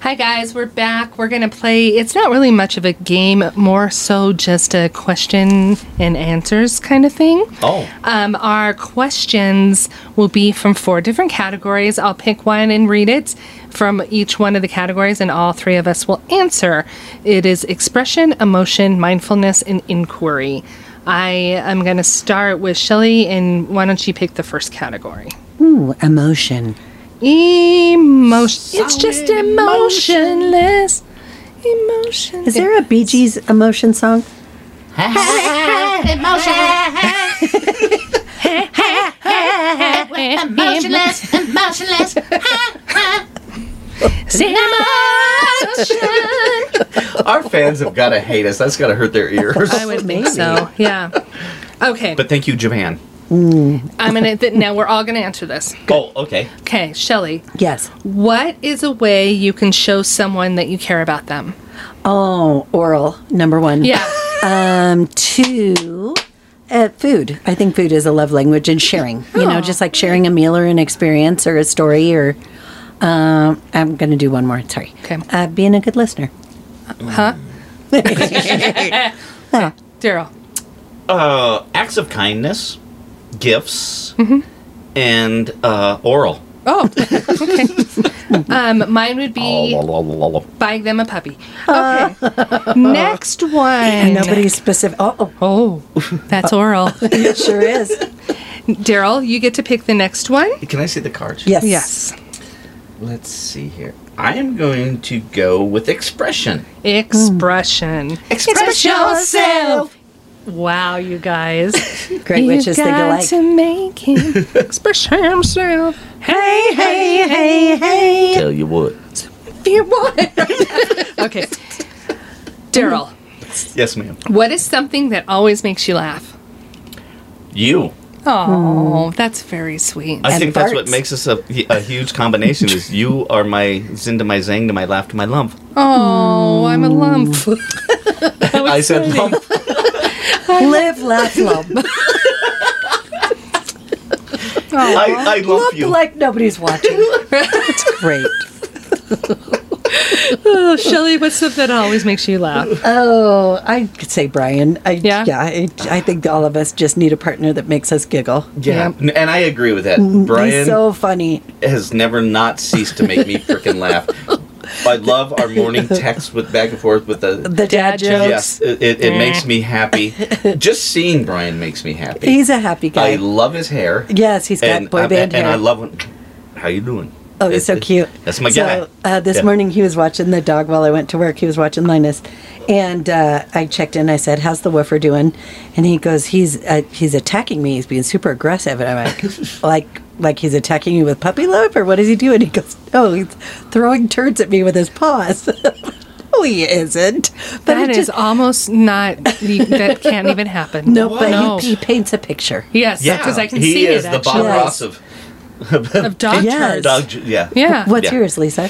Speaker 4: Hi guys, we're back. We're gonna play. It's not really much of a game, more so just a question and answers kind of thing.
Speaker 5: Oh.
Speaker 4: Um, our questions will be from four different categories. I'll pick one and read it from each one of the categories, and all three of us will answer. It is expression, emotion, mindfulness, and inquiry. I am gonna start with Shelly, and why don't you pick the first category?
Speaker 3: Ooh, emotion.
Speaker 4: Emotion. It's just emotionless. Emotion.
Speaker 3: Is there a Bee Gees emotion song?
Speaker 7: Emotionless, emotionless.
Speaker 5: Our fans have got to hate us. That's got to hurt their ears.
Speaker 4: I would think so. Yeah. Okay.
Speaker 5: But thank you, Japan.
Speaker 4: I'm gonna. Th- now we're all gonna answer this.
Speaker 5: Oh, okay.
Speaker 4: Okay, Shelly.
Speaker 3: Yes.
Speaker 4: What is a way you can show someone that you care about them?
Speaker 3: Oh, oral number one.
Speaker 4: Yeah.
Speaker 3: Um, two, uh, food. I think food is a love language and sharing. You
Speaker 4: Oh.
Speaker 3: know, just like sharing a meal or an experience or a story or. Um, I'm going to do one more. Sorry.
Speaker 4: Okay.
Speaker 3: Uh, being a good listener.
Speaker 4: Huh? Daryl.
Speaker 5: Uh, acts of kindness, gifts,
Speaker 3: Mm-hmm.
Speaker 5: and uh, oral.
Speaker 4: Oh. Okay. Um, mine would be buying them a puppy. Okay. Next one.
Speaker 3: Nobody's specific. Oh, oh,
Speaker 4: Oh, that's oral.
Speaker 3: it sure is.
Speaker 4: Daryl, you get to pick the next one.
Speaker 5: Can I see the cards?
Speaker 3: Yes.
Speaker 4: Yes.
Speaker 5: Let's see here. I am going to go with expression.
Speaker 4: Expression.
Speaker 5: Express yourself.
Speaker 4: Wow, you guys.
Speaker 3: Great
Speaker 4: You've
Speaker 3: witches think
Speaker 4: got
Speaker 3: alike.
Speaker 4: to make him express himself. Hey, hey, hey, hey.
Speaker 5: Tell you what.
Speaker 4: If you want. okay. Daryl,
Speaker 5: Yes, ma'am.
Speaker 4: what is something that always makes you laugh?
Speaker 5: You.
Speaker 4: Oh, that's very sweet.
Speaker 5: I
Speaker 3: And
Speaker 5: think that's what
Speaker 3: farts.
Speaker 5: makes us a, a huge combination is you are my zin to my zang to my laugh to my lump.
Speaker 4: Oh, I'm a lump.
Speaker 5: I said lump.
Speaker 3: Live, laugh, love.
Speaker 5: I, I lump,
Speaker 3: Look
Speaker 5: you.
Speaker 3: like nobody's watching. That's great.
Speaker 4: oh, Shelly, what's something that always makes you laugh?
Speaker 3: Oh, I could say Brian. I,
Speaker 4: Yeah?
Speaker 3: yeah. I, I think all of us just need a partner that makes us giggle.
Speaker 5: yeah. N- And I agree with that.
Speaker 3: Mm, He's
Speaker 5: Brian
Speaker 3: so funny.
Speaker 5: has never not ceased to make me freaking laugh. I love our morning texts with back and forth with the.
Speaker 3: The dad,
Speaker 4: jokes.
Speaker 3: jokes.
Speaker 5: Yes, it, it, it makes me happy. Just seeing Brian makes me happy.
Speaker 3: He's a happy guy.
Speaker 5: I love his hair.
Speaker 3: yes, he's got
Speaker 5: and,
Speaker 3: boy
Speaker 5: I'm-
Speaker 3: band
Speaker 5: and
Speaker 3: hair.
Speaker 5: I love when, how you doing?
Speaker 3: Oh, he's so
Speaker 5: It- it-
Speaker 3: cute.
Speaker 5: that's my
Speaker 3: so,
Speaker 5: guy.
Speaker 3: Uh, this
Speaker 5: Yeah.
Speaker 3: morning he was watching the dog while I went to work. He was watching Linus, and uh, I checked in. I said, "How's the woofer doing?" And he goes, "He's uh, he's attacking me. He's being super aggressive." And I'm like, "Like like he's attacking you with puppy love, or what is he doing?" He goes, "No, he's throwing turds at me with his paws." no, he isn't. But it
Speaker 4: That is
Speaker 3: just,
Speaker 4: almost not. you- That can't even happen.
Speaker 3: no. But
Speaker 4: no.
Speaker 3: He, he paints a picture.
Speaker 4: Yes,
Speaker 5: Yeah,
Speaker 4: because I can
Speaker 5: he
Speaker 4: see
Speaker 5: is
Speaker 4: it
Speaker 5: the Bob
Speaker 4: actually.
Speaker 5: Ross of
Speaker 4: of dog
Speaker 3: Yes.
Speaker 4: yes.
Speaker 5: dog. ju- Yeah,
Speaker 4: Yeah.
Speaker 3: What's
Speaker 5: Yeah.
Speaker 3: yours, Lisa?
Speaker 4: Um,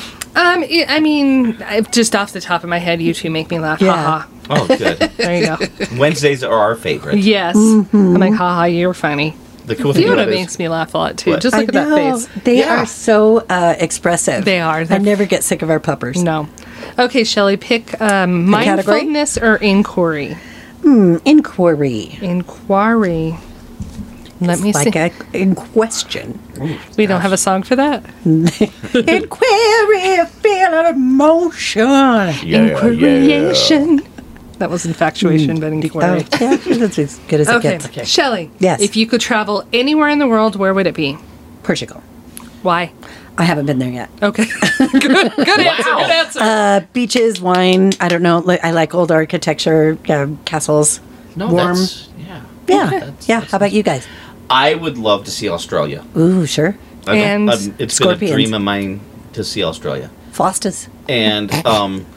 Speaker 4: I I mean, I- just off the top of my head, you two make me laugh.
Speaker 3: Yeah.
Speaker 4: Ha ha.
Speaker 5: Oh, good.
Speaker 4: There you go.
Speaker 5: Wednesdays are our favorite.
Speaker 4: Yes. Mm-hmm. I'm like, ha ha, you're funny.
Speaker 5: The cool thing
Speaker 4: Fiona
Speaker 5: about it
Speaker 4: makes
Speaker 5: is,
Speaker 4: me laugh a lot too.
Speaker 5: What?
Speaker 4: Just look
Speaker 3: I
Speaker 4: at
Speaker 3: know.
Speaker 4: that face.
Speaker 3: They
Speaker 5: Yeah.
Speaker 3: are so uh, expressive.
Speaker 4: They are.
Speaker 3: I
Speaker 4: They're-
Speaker 3: never get sick of our puppers.
Speaker 4: No. Okay, Shelley, pick um,
Speaker 3: A category?
Speaker 4: mindfulness or inquiry.
Speaker 3: Inquiry.
Speaker 4: Inquiry. Let me
Speaker 3: like
Speaker 4: see.
Speaker 3: a in question.
Speaker 4: we don't have a song for that.
Speaker 3: Inquiry, feel an emotion.
Speaker 5: yeah,
Speaker 4: Inquiration. That was infatuation, but
Speaker 3: Oh,
Speaker 4: inquiry.
Speaker 3: yeah, that's as good as
Speaker 4: Okay,
Speaker 3: it gets.
Speaker 4: Shelley.
Speaker 3: Yes.
Speaker 4: If you could travel anywhere in the world, where would it be?
Speaker 3: Portugal.
Speaker 4: Why?
Speaker 3: I haven't been there yet.
Speaker 4: Okay. good, good answer. Good answer.
Speaker 3: Uh, oh, Beaches, wine. I don't know. Li- I like old architecture, uh, castles.
Speaker 5: No,
Speaker 3: warm.
Speaker 5: that's yeah.
Speaker 3: yeah,
Speaker 5: That's-
Speaker 3: yeah.
Speaker 5: that's
Speaker 3: How about you guys?
Speaker 5: I would love to see Australia.
Speaker 3: Ooh, sure.
Speaker 5: I don't-
Speaker 4: And
Speaker 5: um, it's been
Speaker 3: scorpions.
Speaker 5: a dream of mine to see Australia.
Speaker 3: Flostas.
Speaker 5: And um,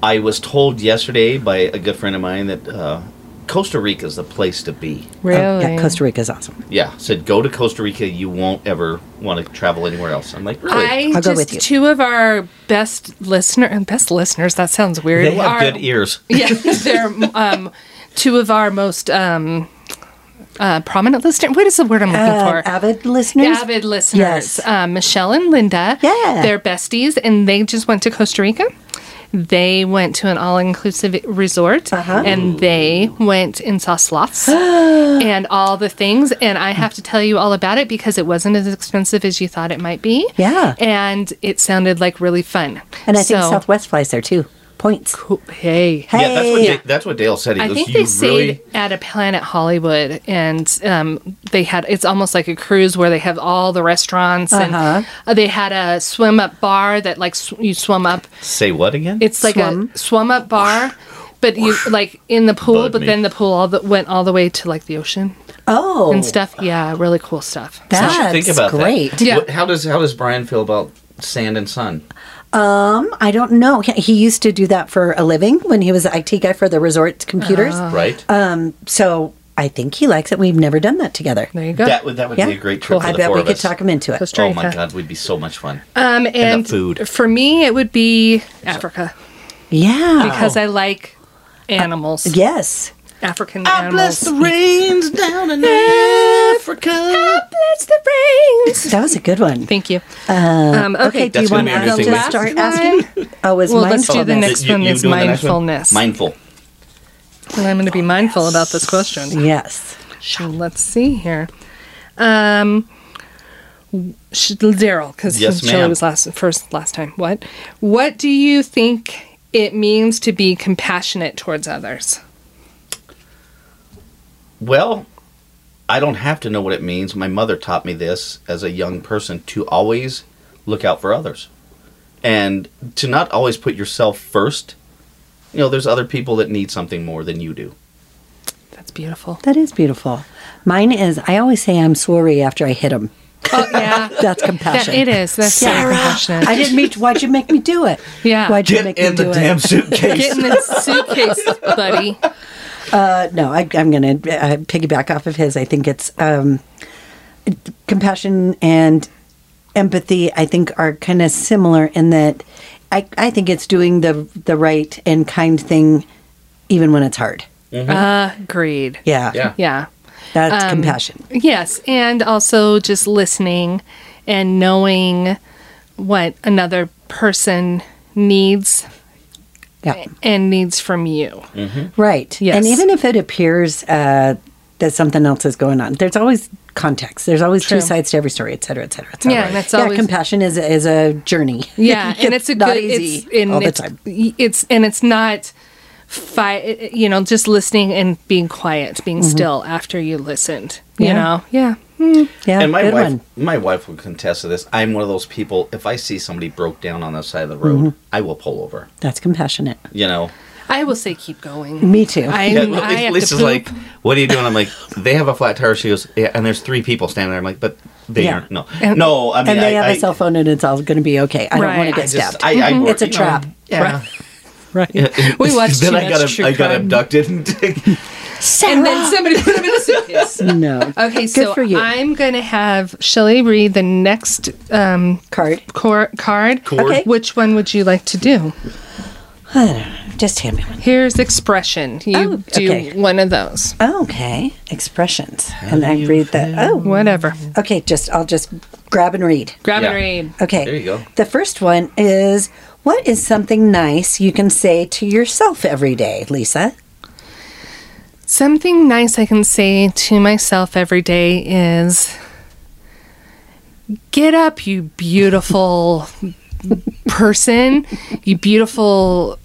Speaker 5: I was told yesterday by a good friend of mine that uh, Costa Rica is the place to be.
Speaker 4: really?
Speaker 3: Oh, yeah, Costa Rica's awesome.
Speaker 5: Yeah, said go to Costa Rica. You won't ever want to travel anywhere else. I'm like, really?
Speaker 4: I
Speaker 3: I'll
Speaker 4: just
Speaker 3: go with you.
Speaker 4: two of our best listener best listeners. That sounds weird.
Speaker 5: they have
Speaker 4: Our-
Speaker 5: good ears.
Speaker 4: Yeah, they're um, two of our most um, uh, prominent listeners. What is the word I'm looking
Speaker 3: Uh,
Speaker 4: for?
Speaker 3: avid listeners.
Speaker 4: Avid listeners,
Speaker 3: Yes.
Speaker 4: um, Michelle and Linda.
Speaker 3: Yeah.
Speaker 4: they're besties, and they just went to Costa Rica. They went to an all-inclusive resort,
Speaker 3: Uh-huh.
Speaker 4: and they went and saw sloths and all the things. And I have to tell you all about it because it wasn't as expensive as you thought it might be.
Speaker 3: Yeah.
Speaker 4: and it sounded like really fun.
Speaker 3: And I think
Speaker 4: So-
Speaker 3: Southwest flies there too. Points.
Speaker 4: Hey,
Speaker 5: Yeah, that's what
Speaker 3: Hey.
Speaker 5: Da- that's what Dale said. He
Speaker 4: I
Speaker 5: goes,
Speaker 4: think
Speaker 5: you
Speaker 4: they
Speaker 5: really
Speaker 4: stayed at a Planet Hollywood, and um, they had it's almost like a cruise where they have all the restaurants,
Speaker 3: Uh-huh.
Speaker 4: and uh, they had a swim up bar that like sw- you swim up.
Speaker 5: say what again?
Speaker 4: It's like
Speaker 3: Swim?
Speaker 4: a swim up bar, but you like in the pool,
Speaker 5: Bug
Speaker 4: but
Speaker 5: me.
Speaker 4: then the pool all the, went all the way to like the ocean
Speaker 3: Oh,
Speaker 4: and stuff. Yeah, really cool stuff.
Speaker 5: I should
Speaker 3: That's
Speaker 5: think about that.
Speaker 3: great.
Speaker 4: Yeah.
Speaker 5: What- how does how does Brian feel about sand and sun?
Speaker 3: I don't know. He- He used to do that for a living when he was the IT guy for the resort computers.
Speaker 4: Oh.
Speaker 5: right.
Speaker 3: So I think he likes it. We've never done that together.
Speaker 4: There you go.
Speaker 5: that would that would
Speaker 3: Yeah.
Speaker 5: be a great trip.
Speaker 3: I
Speaker 5: for the
Speaker 3: bet
Speaker 5: four
Speaker 3: we
Speaker 5: of
Speaker 3: could
Speaker 5: us.
Speaker 3: talk him into it.
Speaker 4: Costa
Speaker 5: Oh my
Speaker 4: Rica.
Speaker 5: god, we'd be so much fun.
Speaker 4: Um, and,
Speaker 5: food.
Speaker 4: for me, it would be Africa
Speaker 3: Yeah.
Speaker 4: because I like
Speaker 3: Uh,
Speaker 4: animals,
Speaker 3: yes.
Speaker 4: African animals.
Speaker 5: rains down in Africa.
Speaker 4: That's the brains.
Speaker 3: That was a good one.
Speaker 4: Thank you. um, okay,
Speaker 5: That's gonna be our new
Speaker 4: us
Speaker 5: thing.
Speaker 4: to
Speaker 5: Let's
Speaker 3: start asking? Oh, was
Speaker 4: Well, let's
Speaker 3: mindfulness.
Speaker 4: do the next one is mindfulness.
Speaker 5: Mindful.
Speaker 4: And I'm going to be mindful about this question.
Speaker 3: Yes.
Speaker 4: So let's see here. Um, sh- Daryl, because
Speaker 5: Yes,
Speaker 4: Shelley
Speaker 5: ma'am.
Speaker 4: was last first last time. What? What do you think it means to be compassionate towards others?
Speaker 5: Well, I don't have to know what it means. My mother taught me this as a young person to always look out for others and to not always put yourself first. You know, there's other people that need something more than you do.
Speaker 4: That's beautiful.
Speaker 3: That is beautiful. Mine is I always say I'm sorry after I hit him.
Speaker 4: Oh yeah,
Speaker 3: That's compassion.
Speaker 4: it is. That's very compassionate.
Speaker 3: I didn't mean to. Why'd you make me do it?
Speaker 4: Yeah.
Speaker 3: Why'd you make me do it?
Speaker 5: suitcase.
Speaker 4: Get in the suitcase, buddy.
Speaker 3: Uh, no, I, I'm going to uh, piggyback off of his. I think it's um, compassion and empathy. I think are kind of similar in that I, I think it's doing the the right and kind thing, even when it's hard.
Speaker 4: Agreed.
Speaker 3: Yeah,
Speaker 5: Yeah.
Speaker 4: Yeah.
Speaker 3: that's
Speaker 4: Um,
Speaker 3: compassion.
Speaker 4: Yes, and also just listening and knowing what another person needs
Speaker 3: Yeah,
Speaker 4: and needs from you.
Speaker 3: right.
Speaker 4: Yes.
Speaker 3: and even if it appears uh, that something else is going on, there's always context. There's always
Speaker 4: True.
Speaker 3: two sides to every story, et cetera, et cetera, et cetera.
Speaker 4: Yeah, and it's
Speaker 3: yeah,
Speaker 4: always
Speaker 3: compassion is a, is a journey.
Speaker 4: yeah, and it's a
Speaker 3: not
Speaker 4: good
Speaker 3: easy
Speaker 4: it's and
Speaker 3: all the
Speaker 4: it's,
Speaker 3: time.
Speaker 4: It's and it's not fi- you know just listening and being quiet, being still after you listened. You
Speaker 3: Mm-hmm. Yeah.
Speaker 4: know, yeah,
Speaker 3: Yeah,
Speaker 5: and my
Speaker 3: good
Speaker 5: wife,
Speaker 3: one.
Speaker 5: my wife would contest to this. I'm one of those people. If I see somebody broke down on the side of the road,
Speaker 4: Mm-hmm.
Speaker 5: I will pull over.
Speaker 3: That's compassionate.
Speaker 5: You know,
Speaker 4: I will say keep going.
Speaker 3: Me too.
Speaker 4: I,
Speaker 5: yeah,
Speaker 4: I have to
Speaker 5: Lisa's
Speaker 4: poop.
Speaker 5: like, "What are you doing?" I'm like, "They have a flat tire." She goes, "Yeah," and there's three people standing there. I'm like, "But they
Speaker 3: Yeah.
Speaker 5: aren't." No,
Speaker 4: And-
Speaker 5: no. I mean,
Speaker 3: and they
Speaker 5: I,
Speaker 3: have a
Speaker 5: I,
Speaker 3: cell phone, and it's all going to be okay. I don't
Speaker 4: Right.
Speaker 3: want to get
Speaker 5: I just-
Speaker 3: stabbed.
Speaker 5: I- I
Speaker 4: Mm-hmm.
Speaker 5: work,
Speaker 3: it's a
Speaker 5: you know,
Speaker 3: trap.
Speaker 5: yeah.
Speaker 3: Right.
Speaker 4: We watched
Speaker 5: then
Speaker 4: too
Speaker 5: I
Speaker 4: much
Speaker 5: got ab-
Speaker 4: true
Speaker 5: I got
Speaker 4: crime.
Speaker 5: abducted. and-
Speaker 4: and then somebody put him in a suitcase.
Speaker 3: No.
Speaker 4: Okay,
Speaker 3: Good
Speaker 4: so
Speaker 3: for you.
Speaker 4: I'm gonna have Shelly read the next um,
Speaker 3: Card.
Speaker 4: cor- card.
Speaker 3: Okay.
Speaker 4: Which one would you like to do?
Speaker 3: I don't know. Just hand me one.
Speaker 4: Here's expression. You
Speaker 3: Oh,
Speaker 4: do
Speaker 3: okay.
Speaker 4: one of those.
Speaker 3: Okay. Expressions. and I read the. Oh.
Speaker 4: Whatever.
Speaker 3: Okay. Just I'll just grab and read.
Speaker 4: Grab
Speaker 5: Yeah.
Speaker 4: and read.
Speaker 3: Okay.
Speaker 5: There you go.
Speaker 3: The first one is what is something nice you can say to yourself every day, Lisa?
Speaker 4: Something nice I can say to myself every day is get up, you beautiful person, you beautiful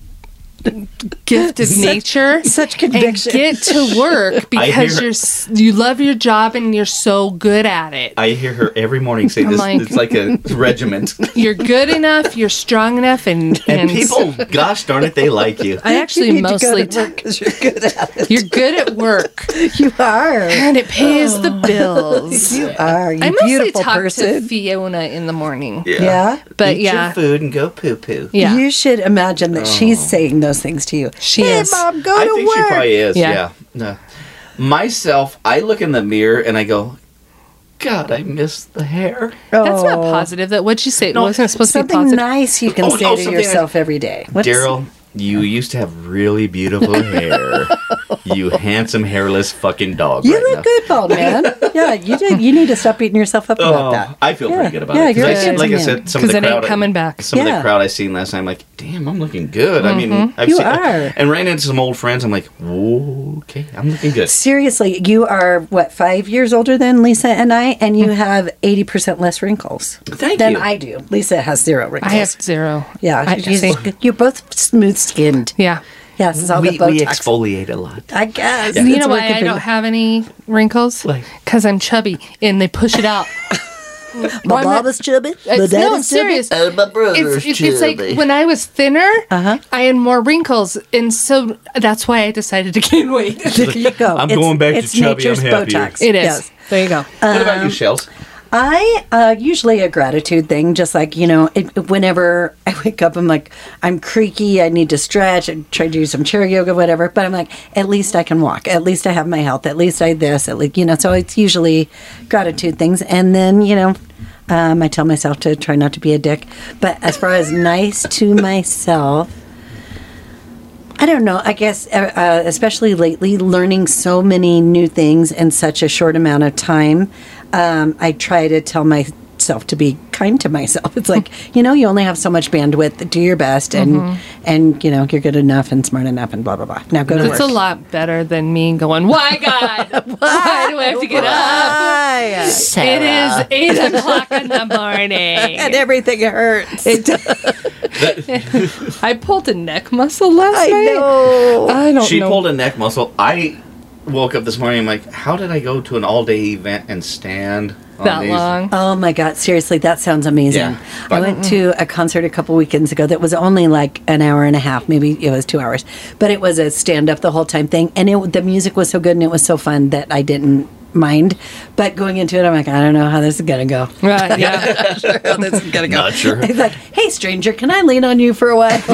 Speaker 4: gift of nature.
Speaker 3: Such
Speaker 4: And
Speaker 3: conviction.
Speaker 4: get to work because
Speaker 5: hear-
Speaker 4: you're s- you love your job and you're so good at it.
Speaker 5: I hear her every morning say
Speaker 4: I'm
Speaker 5: this.
Speaker 4: like-
Speaker 5: it's like a regiment.
Speaker 4: You're good enough, you're strong enough, and,
Speaker 5: And people, gosh darn it, they like you.
Speaker 4: I
Speaker 3: you
Speaker 4: actually
Speaker 3: need
Speaker 4: mostly
Speaker 3: to go to work 'cause you're good at it.
Speaker 4: you're good at work
Speaker 3: You are.
Speaker 4: and it pays the bills.
Speaker 3: You are. You
Speaker 4: I mostly
Speaker 3: beautiful
Speaker 4: talk to
Speaker 3: person.
Speaker 4: Fiona in the morning.
Speaker 3: yeah.
Speaker 4: But
Speaker 5: Eat
Speaker 4: yeah,
Speaker 5: your food and go poo poo.
Speaker 4: yeah,
Speaker 3: You should imagine that she's saying those things to you.
Speaker 4: She
Speaker 3: hey,
Speaker 4: is.
Speaker 3: mom, go
Speaker 5: Oh. I
Speaker 3: to
Speaker 5: think
Speaker 3: work.
Speaker 5: she probably is.
Speaker 4: Yeah.
Speaker 5: Yeah. No. Myself, I look in the mirror and I go, God, I miss the hair.
Speaker 4: that's not
Speaker 3: Oh.
Speaker 4: positive. That what'd you say? It wasn't supposed to be
Speaker 3: Something
Speaker 4: positive.
Speaker 3: nice you can
Speaker 5: Oh,
Speaker 3: say
Speaker 5: oh,
Speaker 3: to
Speaker 5: something
Speaker 3: yourself every day. What's-
Speaker 5: Daryl, you
Speaker 3: Oh.
Speaker 5: used to have really beautiful hair. you handsome, hairless fucking dog.
Speaker 3: You
Speaker 5: right
Speaker 3: look
Speaker 5: now.
Speaker 3: good, bald man. yeah, you did. You need to stop beating yourself up about
Speaker 5: Oh,
Speaker 3: that.
Speaker 5: I feel
Speaker 3: Yeah.
Speaker 5: pretty good about
Speaker 3: Yeah,
Speaker 5: it. 'Cause
Speaker 3: you're
Speaker 5: I
Speaker 3: a
Speaker 5: see-
Speaker 3: good
Speaker 5: like I
Speaker 3: man.
Speaker 5: said, some
Speaker 4: 'Cause
Speaker 5: of the
Speaker 4: it ain't
Speaker 5: crowd, I-
Speaker 4: coming back.
Speaker 5: Some
Speaker 3: Yeah. Mm-hmm.
Speaker 5: of the crowd I seen last night, I'm like, damn, I'm looking good. I mean, I've
Speaker 3: You
Speaker 5: seen,
Speaker 3: are.
Speaker 5: and ran into some old friends. I'm like, okay, I'm looking good.
Speaker 3: Seriously, you are what five years older than Lisa and I, and you have eighty percent less wrinkles
Speaker 5: Thank
Speaker 3: than
Speaker 5: you.
Speaker 3: I do. Lisa has zero
Speaker 4: I
Speaker 3: wrinkles.
Speaker 4: have zero.
Speaker 3: yeah,
Speaker 4: I,
Speaker 3: you,
Speaker 4: see.
Speaker 3: are both smooth skinned.
Speaker 4: yeah.
Speaker 3: Yes, it's all
Speaker 5: we,
Speaker 3: the
Speaker 5: we
Speaker 3: Botox.
Speaker 5: exfoliate a lot.
Speaker 3: I guess
Speaker 4: You
Speaker 3: It's
Speaker 4: know why
Speaker 3: working
Speaker 4: I
Speaker 3: for
Speaker 4: don't
Speaker 3: you.
Speaker 4: have any wrinkles?
Speaker 5: Why?
Speaker 4: Because I'm chubby, and they push it out.
Speaker 3: my
Speaker 4: Why am I-
Speaker 3: mom is chubby. my
Speaker 4: It's,
Speaker 3: dad
Speaker 4: no, I'm
Speaker 3: is chubby.
Speaker 4: serious. It's, it's, it's like when I was thinner, I had more wrinkles, and so that's why I decided to gain weight.
Speaker 3: There you go.
Speaker 5: I'm going back to
Speaker 3: it's
Speaker 5: chubby, I'm
Speaker 3: Nature's
Speaker 5: happier.
Speaker 3: Botox.
Speaker 4: It is.
Speaker 3: Yes.
Speaker 4: There you go.
Speaker 5: What about you,
Speaker 3: um,
Speaker 5: Shells?
Speaker 3: I uh, usually a gratitude thing, just like you know, it, whenever I wake up, I'm like, I'm creaky, I need to stretch, I try to do some chair yoga, whatever. But I'm like, at least I can walk, at least I have my health, at least I this, at least you know. So it's usually gratitude things, and then you know, um, I tell myself to try not to be a dick. But as far as nice to myself, I don't know. I guess, uh, uh, especially lately, learning so many new things in such a short amount of time, um, I try to tell myself to be kind to myself. It's like you know, you only have so much bandwidth. Do your best, and and you know, you're good enough and smart enough, and blah blah blah. Now go to
Speaker 4: That's a
Speaker 3: work.
Speaker 4: lot better than me going, Why, God? Why do I have to get up?
Speaker 3: Bye.
Speaker 4: It is 8 o'clock in the morning.
Speaker 3: And everything hurts.
Speaker 4: I pulled a neck muscle last
Speaker 3: I
Speaker 4: night.
Speaker 3: know.
Speaker 4: I don't
Speaker 5: She
Speaker 4: know.
Speaker 5: pulled a neck muscle. I woke up this morning. I'm like, how did I go to an all day event and stand on
Speaker 4: that
Speaker 5: these?"
Speaker 4: long.
Speaker 3: Oh my God, seriously, that sounds amazing.
Speaker 5: Yeah,
Speaker 3: I
Speaker 5: but-
Speaker 3: went to a concert a couple weekends ago that was only like an hour and a half, maybe it was two hours, but it was a stand up the whole time thing. And it, the music was so good and it was so fun that I didn't mind. But going into it, I'm like, I don't know how this is going to go.
Speaker 5: Uh-huh.
Speaker 4: Right, yeah.
Speaker 5: Not sure.
Speaker 3: It's like, hey, stranger, can I lean on you for a while?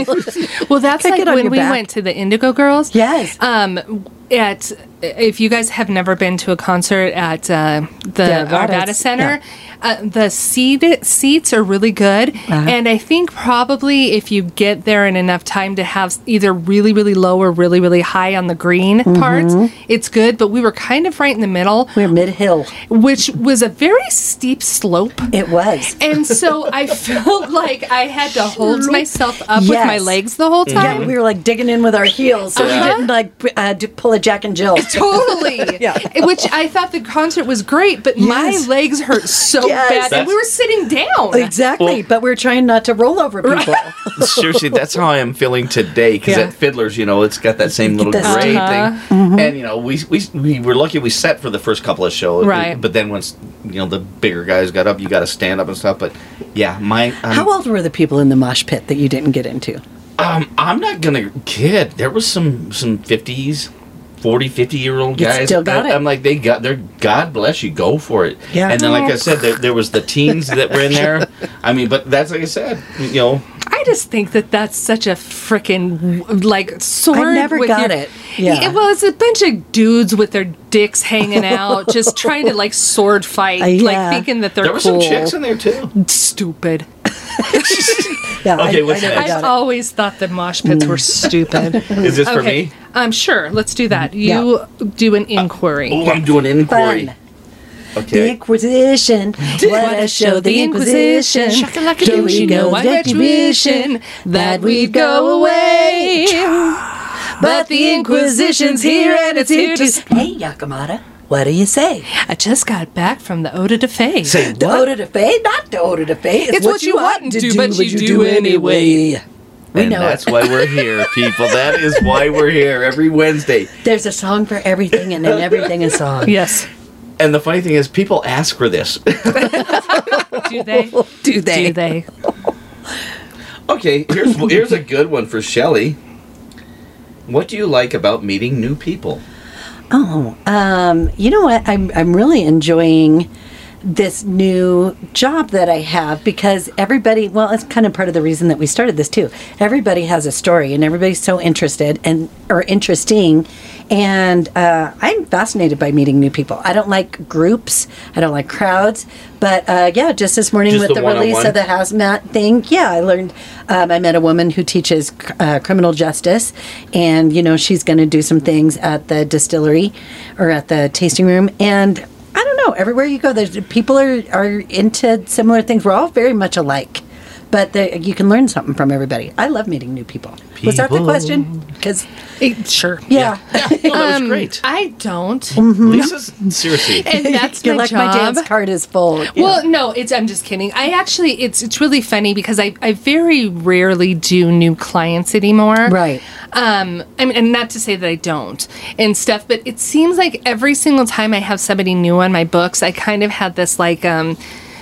Speaker 4: Well, that's
Speaker 3: Kick
Speaker 4: like
Speaker 3: it on
Speaker 4: when
Speaker 3: your
Speaker 4: we
Speaker 3: back.
Speaker 4: went to the Indigo Girls.
Speaker 3: yes.
Speaker 4: Um, at if you guys have never been to a concert at uh, the
Speaker 3: Yeah, Arvada,
Speaker 4: Arvada Center, uh, the seat seats are really good,
Speaker 3: Uh-huh.
Speaker 4: and I think probably if you get there in enough time to have s- either really really low or really really high on the green
Speaker 3: Mm-hmm.
Speaker 4: parts, it's good. But we were kind of right in the middle,
Speaker 3: We're mid hill.
Speaker 4: which was a very steep slope.
Speaker 3: It was.
Speaker 4: And so I felt like I had to hold myself up with my
Speaker 3: Yes.
Speaker 4: legs the whole time.
Speaker 3: Yeah, we were like digging in with our heels so we
Speaker 4: Uh-huh.
Speaker 3: didn't like p- uh, do- pull a Jack and Jill.
Speaker 4: totally.
Speaker 3: Yeah.
Speaker 4: Which I thought the concert was great, but
Speaker 3: Yes.
Speaker 4: my legs hurt so
Speaker 3: Yes.
Speaker 4: bad, and we were sitting down.
Speaker 3: Exactly,
Speaker 5: Well-
Speaker 3: but we're trying not to roll over people.
Speaker 5: Seriously, that's how I am feeling today. Because
Speaker 4: Yeah.
Speaker 5: at Fiddler's, you know, it's got that same little
Speaker 3: That's-
Speaker 5: gray
Speaker 4: uh-huh.
Speaker 5: thing,
Speaker 3: Mm-hmm.
Speaker 5: and you know, we, we we were lucky we sat for the first couple of shows,
Speaker 4: Right.
Speaker 5: But then once you know the bigger guys got up, you got to stand up and stuff. But yeah, my I'm,
Speaker 3: How old were the people in the mosh pit that you didn't get into?
Speaker 5: um, I'm not gonna kid. There was some some fifties. 40 50 year old
Speaker 3: You
Speaker 5: guys
Speaker 3: still got
Speaker 5: I,
Speaker 3: it.
Speaker 5: am like they got their god bless you go for it
Speaker 3: Yeah. Oh.
Speaker 5: and then like i said there, there was the teens that were in there i mean but that's like i said you know
Speaker 4: I just think that that's such a freaking like sword.
Speaker 3: never
Speaker 4: with
Speaker 3: got
Speaker 4: your-
Speaker 3: it. Yeah.
Speaker 4: It was a bunch of dudes with their dicks hanging out, just trying to like sword fight,
Speaker 3: Uh, yeah.
Speaker 4: like thinking that they're
Speaker 5: there were
Speaker 4: cool.
Speaker 5: some chicks in there too
Speaker 4: Stupid.
Speaker 3: Yeah,
Speaker 5: Okay, what's
Speaker 3: never
Speaker 5: next?
Speaker 4: I've
Speaker 3: got it.
Speaker 4: always thought that mosh pits
Speaker 3: Mm.
Speaker 4: were stupid.
Speaker 5: is this for
Speaker 4: okay.
Speaker 5: me
Speaker 4: Um, sure. Let's do
Speaker 3: Mm.
Speaker 4: that. You do an inquiry.
Speaker 5: Oh, I'm doing an inquiry.
Speaker 3: Fun. The
Speaker 5: Okay.
Speaker 3: Inquisition. What a show, the Inquisition. Here we go, retribution, that we'd go away. But the Inquisition's here and it's here to. s- Hey, Yakamata, what do you say?
Speaker 5: oh.
Speaker 4: I just got back from the Oda de Fe.
Speaker 5: Say
Speaker 3: The
Speaker 5: what?
Speaker 3: Oda de Fe, not the Oda de Fe. It's,
Speaker 4: It's what you oughtn't to, but you do anyway.
Speaker 3: We
Speaker 5: and
Speaker 3: know
Speaker 5: that's
Speaker 3: it.
Speaker 5: why we're here, people. That is why we're here every Wednesday.
Speaker 3: There's a song for everything and then everything a song.
Speaker 4: Yes.
Speaker 5: And the funny thing is, people ask for this.
Speaker 4: Do they?
Speaker 3: Do
Speaker 4: do
Speaker 3: they?
Speaker 4: they?
Speaker 5: okay, here's here's a good one for Shelly. What do you like about meeting new people?
Speaker 3: Oh, um, you know what? I'm I'm really enjoying this new job that I have because everybody. Well, it's kind of part of the reason that we started this too. Everybody has a story, and everybody's so interested and or interesting. And uh, I'm fascinated by meeting new people. I don't like groups. I don't like crowds. But uh, yeah, just this morning
Speaker 5: Just
Speaker 3: with
Speaker 5: the
Speaker 3: the, release
Speaker 5: one-on-one?
Speaker 3: of the hazmat thing, yeah, I learned. Um, I met a woman who teaches cr- uh, criminal justice, and you know she's going to do some things at the distillery or at the tasting room. And I don't know, everywhere you go, there's people are are into similar things. We're all very much alike. But the, you can learn something from everybody. I love meeting new people. Was that the
Speaker 5: People.
Speaker 3: question? Because
Speaker 4: Eh, Sure.
Speaker 3: yeah,
Speaker 5: Oh, that was great.
Speaker 4: I don't.
Speaker 5: Lisa's seriously.
Speaker 4: And that's
Speaker 3: you're
Speaker 4: my
Speaker 3: like my
Speaker 4: job.
Speaker 3: dance card is full.
Speaker 4: Well, no, it's I'm just kidding. I actually it's it's really funny because I, I very rarely do new clients anymore.
Speaker 3: Right.
Speaker 4: Um I mean and not to say that I don't and stuff, but it seems like every single time I have somebody new on my books, I kind of had this like um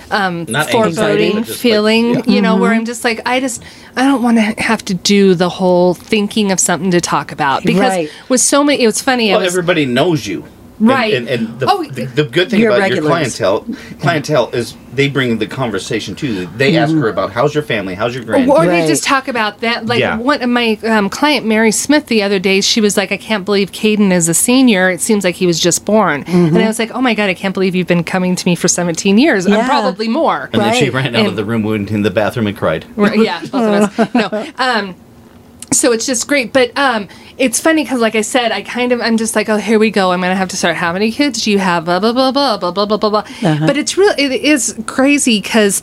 Speaker 5: Not anxiety,
Speaker 4: foreboding
Speaker 5: but just like-
Speaker 4: feeling,
Speaker 5: yeah.
Speaker 4: you know, where
Speaker 3: Mm-hmm.
Speaker 4: I'm just like, I just, I don't want to have to do the whole thinking of something to talk about because
Speaker 3: Right.
Speaker 4: with so many, it was funny. I
Speaker 5: Well,
Speaker 4: was,
Speaker 5: everybody knows you.
Speaker 4: Right.
Speaker 5: And, and, and the,
Speaker 4: Oh,
Speaker 5: the, the good thing
Speaker 3: you're
Speaker 5: about your
Speaker 3: regulars.
Speaker 5: clientele clientele is they bring the conversation to you. They ask her about how's your family, how's your grand.
Speaker 4: or
Speaker 3: Right.
Speaker 4: they just talk about that. Like
Speaker 5: Yeah.
Speaker 4: one of my um, client, Mary Smith, the other day, she was like, "I can't believe Caden is a senior. It seems like he was just born."
Speaker 3: Mm-hmm.
Speaker 4: And I was like, "Oh my god, I can't believe you've been coming to me for 17 years.
Speaker 3: Yeah.
Speaker 4: I'm probably more."
Speaker 5: and then she
Speaker 3: Right.
Speaker 5: ran out of
Speaker 4: And-
Speaker 5: the room, went in the bathroom, and cried.
Speaker 4: Right, yeah, both of us. No. Um, so it's just great, but um, it's funny because, like I said, I kind of I'm just like, oh, here we go. I'm gonna have to start. How many kids do you have? Blah blah blah blah blah blah blah blah. blah. But it's real. It is crazy because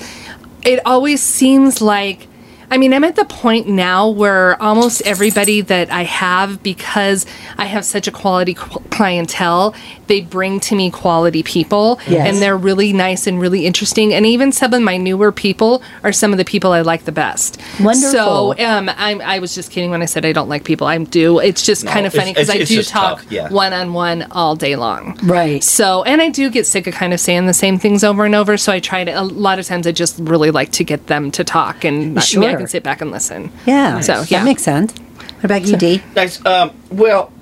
Speaker 4: it always seems like. I mean, I'm at the point now where almost everybody that I have, because I have such a quality qu- clientele, they bring to me quality people,
Speaker 3: Yes.
Speaker 4: and they're are really nice and really interesting. And even some of my newer people are some of the people I like the best.
Speaker 3: Wonderful.
Speaker 4: So um, I'm, I was just kidding when I said I don't like people. I do. It's just kind of
Speaker 5: it's-
Speaker 4: funny because
Speaker 5: it's-
Speaker 4: I
Speaker 5: it's
Speaker 4: do
Speaker 5: just
Speaker 4: talk
Speaker 5: tough, yeah.
Speaker 4: one on one all day long.
Speaker 3: Right.
Speaker 4: So, and I do get sick of kind of saying the same things over and over. So I try to, a lot of times I just really like to get them to talk and I, mean, I
Speaker 3: Sure.
Speaker 4: can sit back and listen.
Speaker 3: yeah,
Speaker 4: So, yeah.
Speaker 3: that makes sense. What about you, D?
Speaker 5: Nice. Um, well,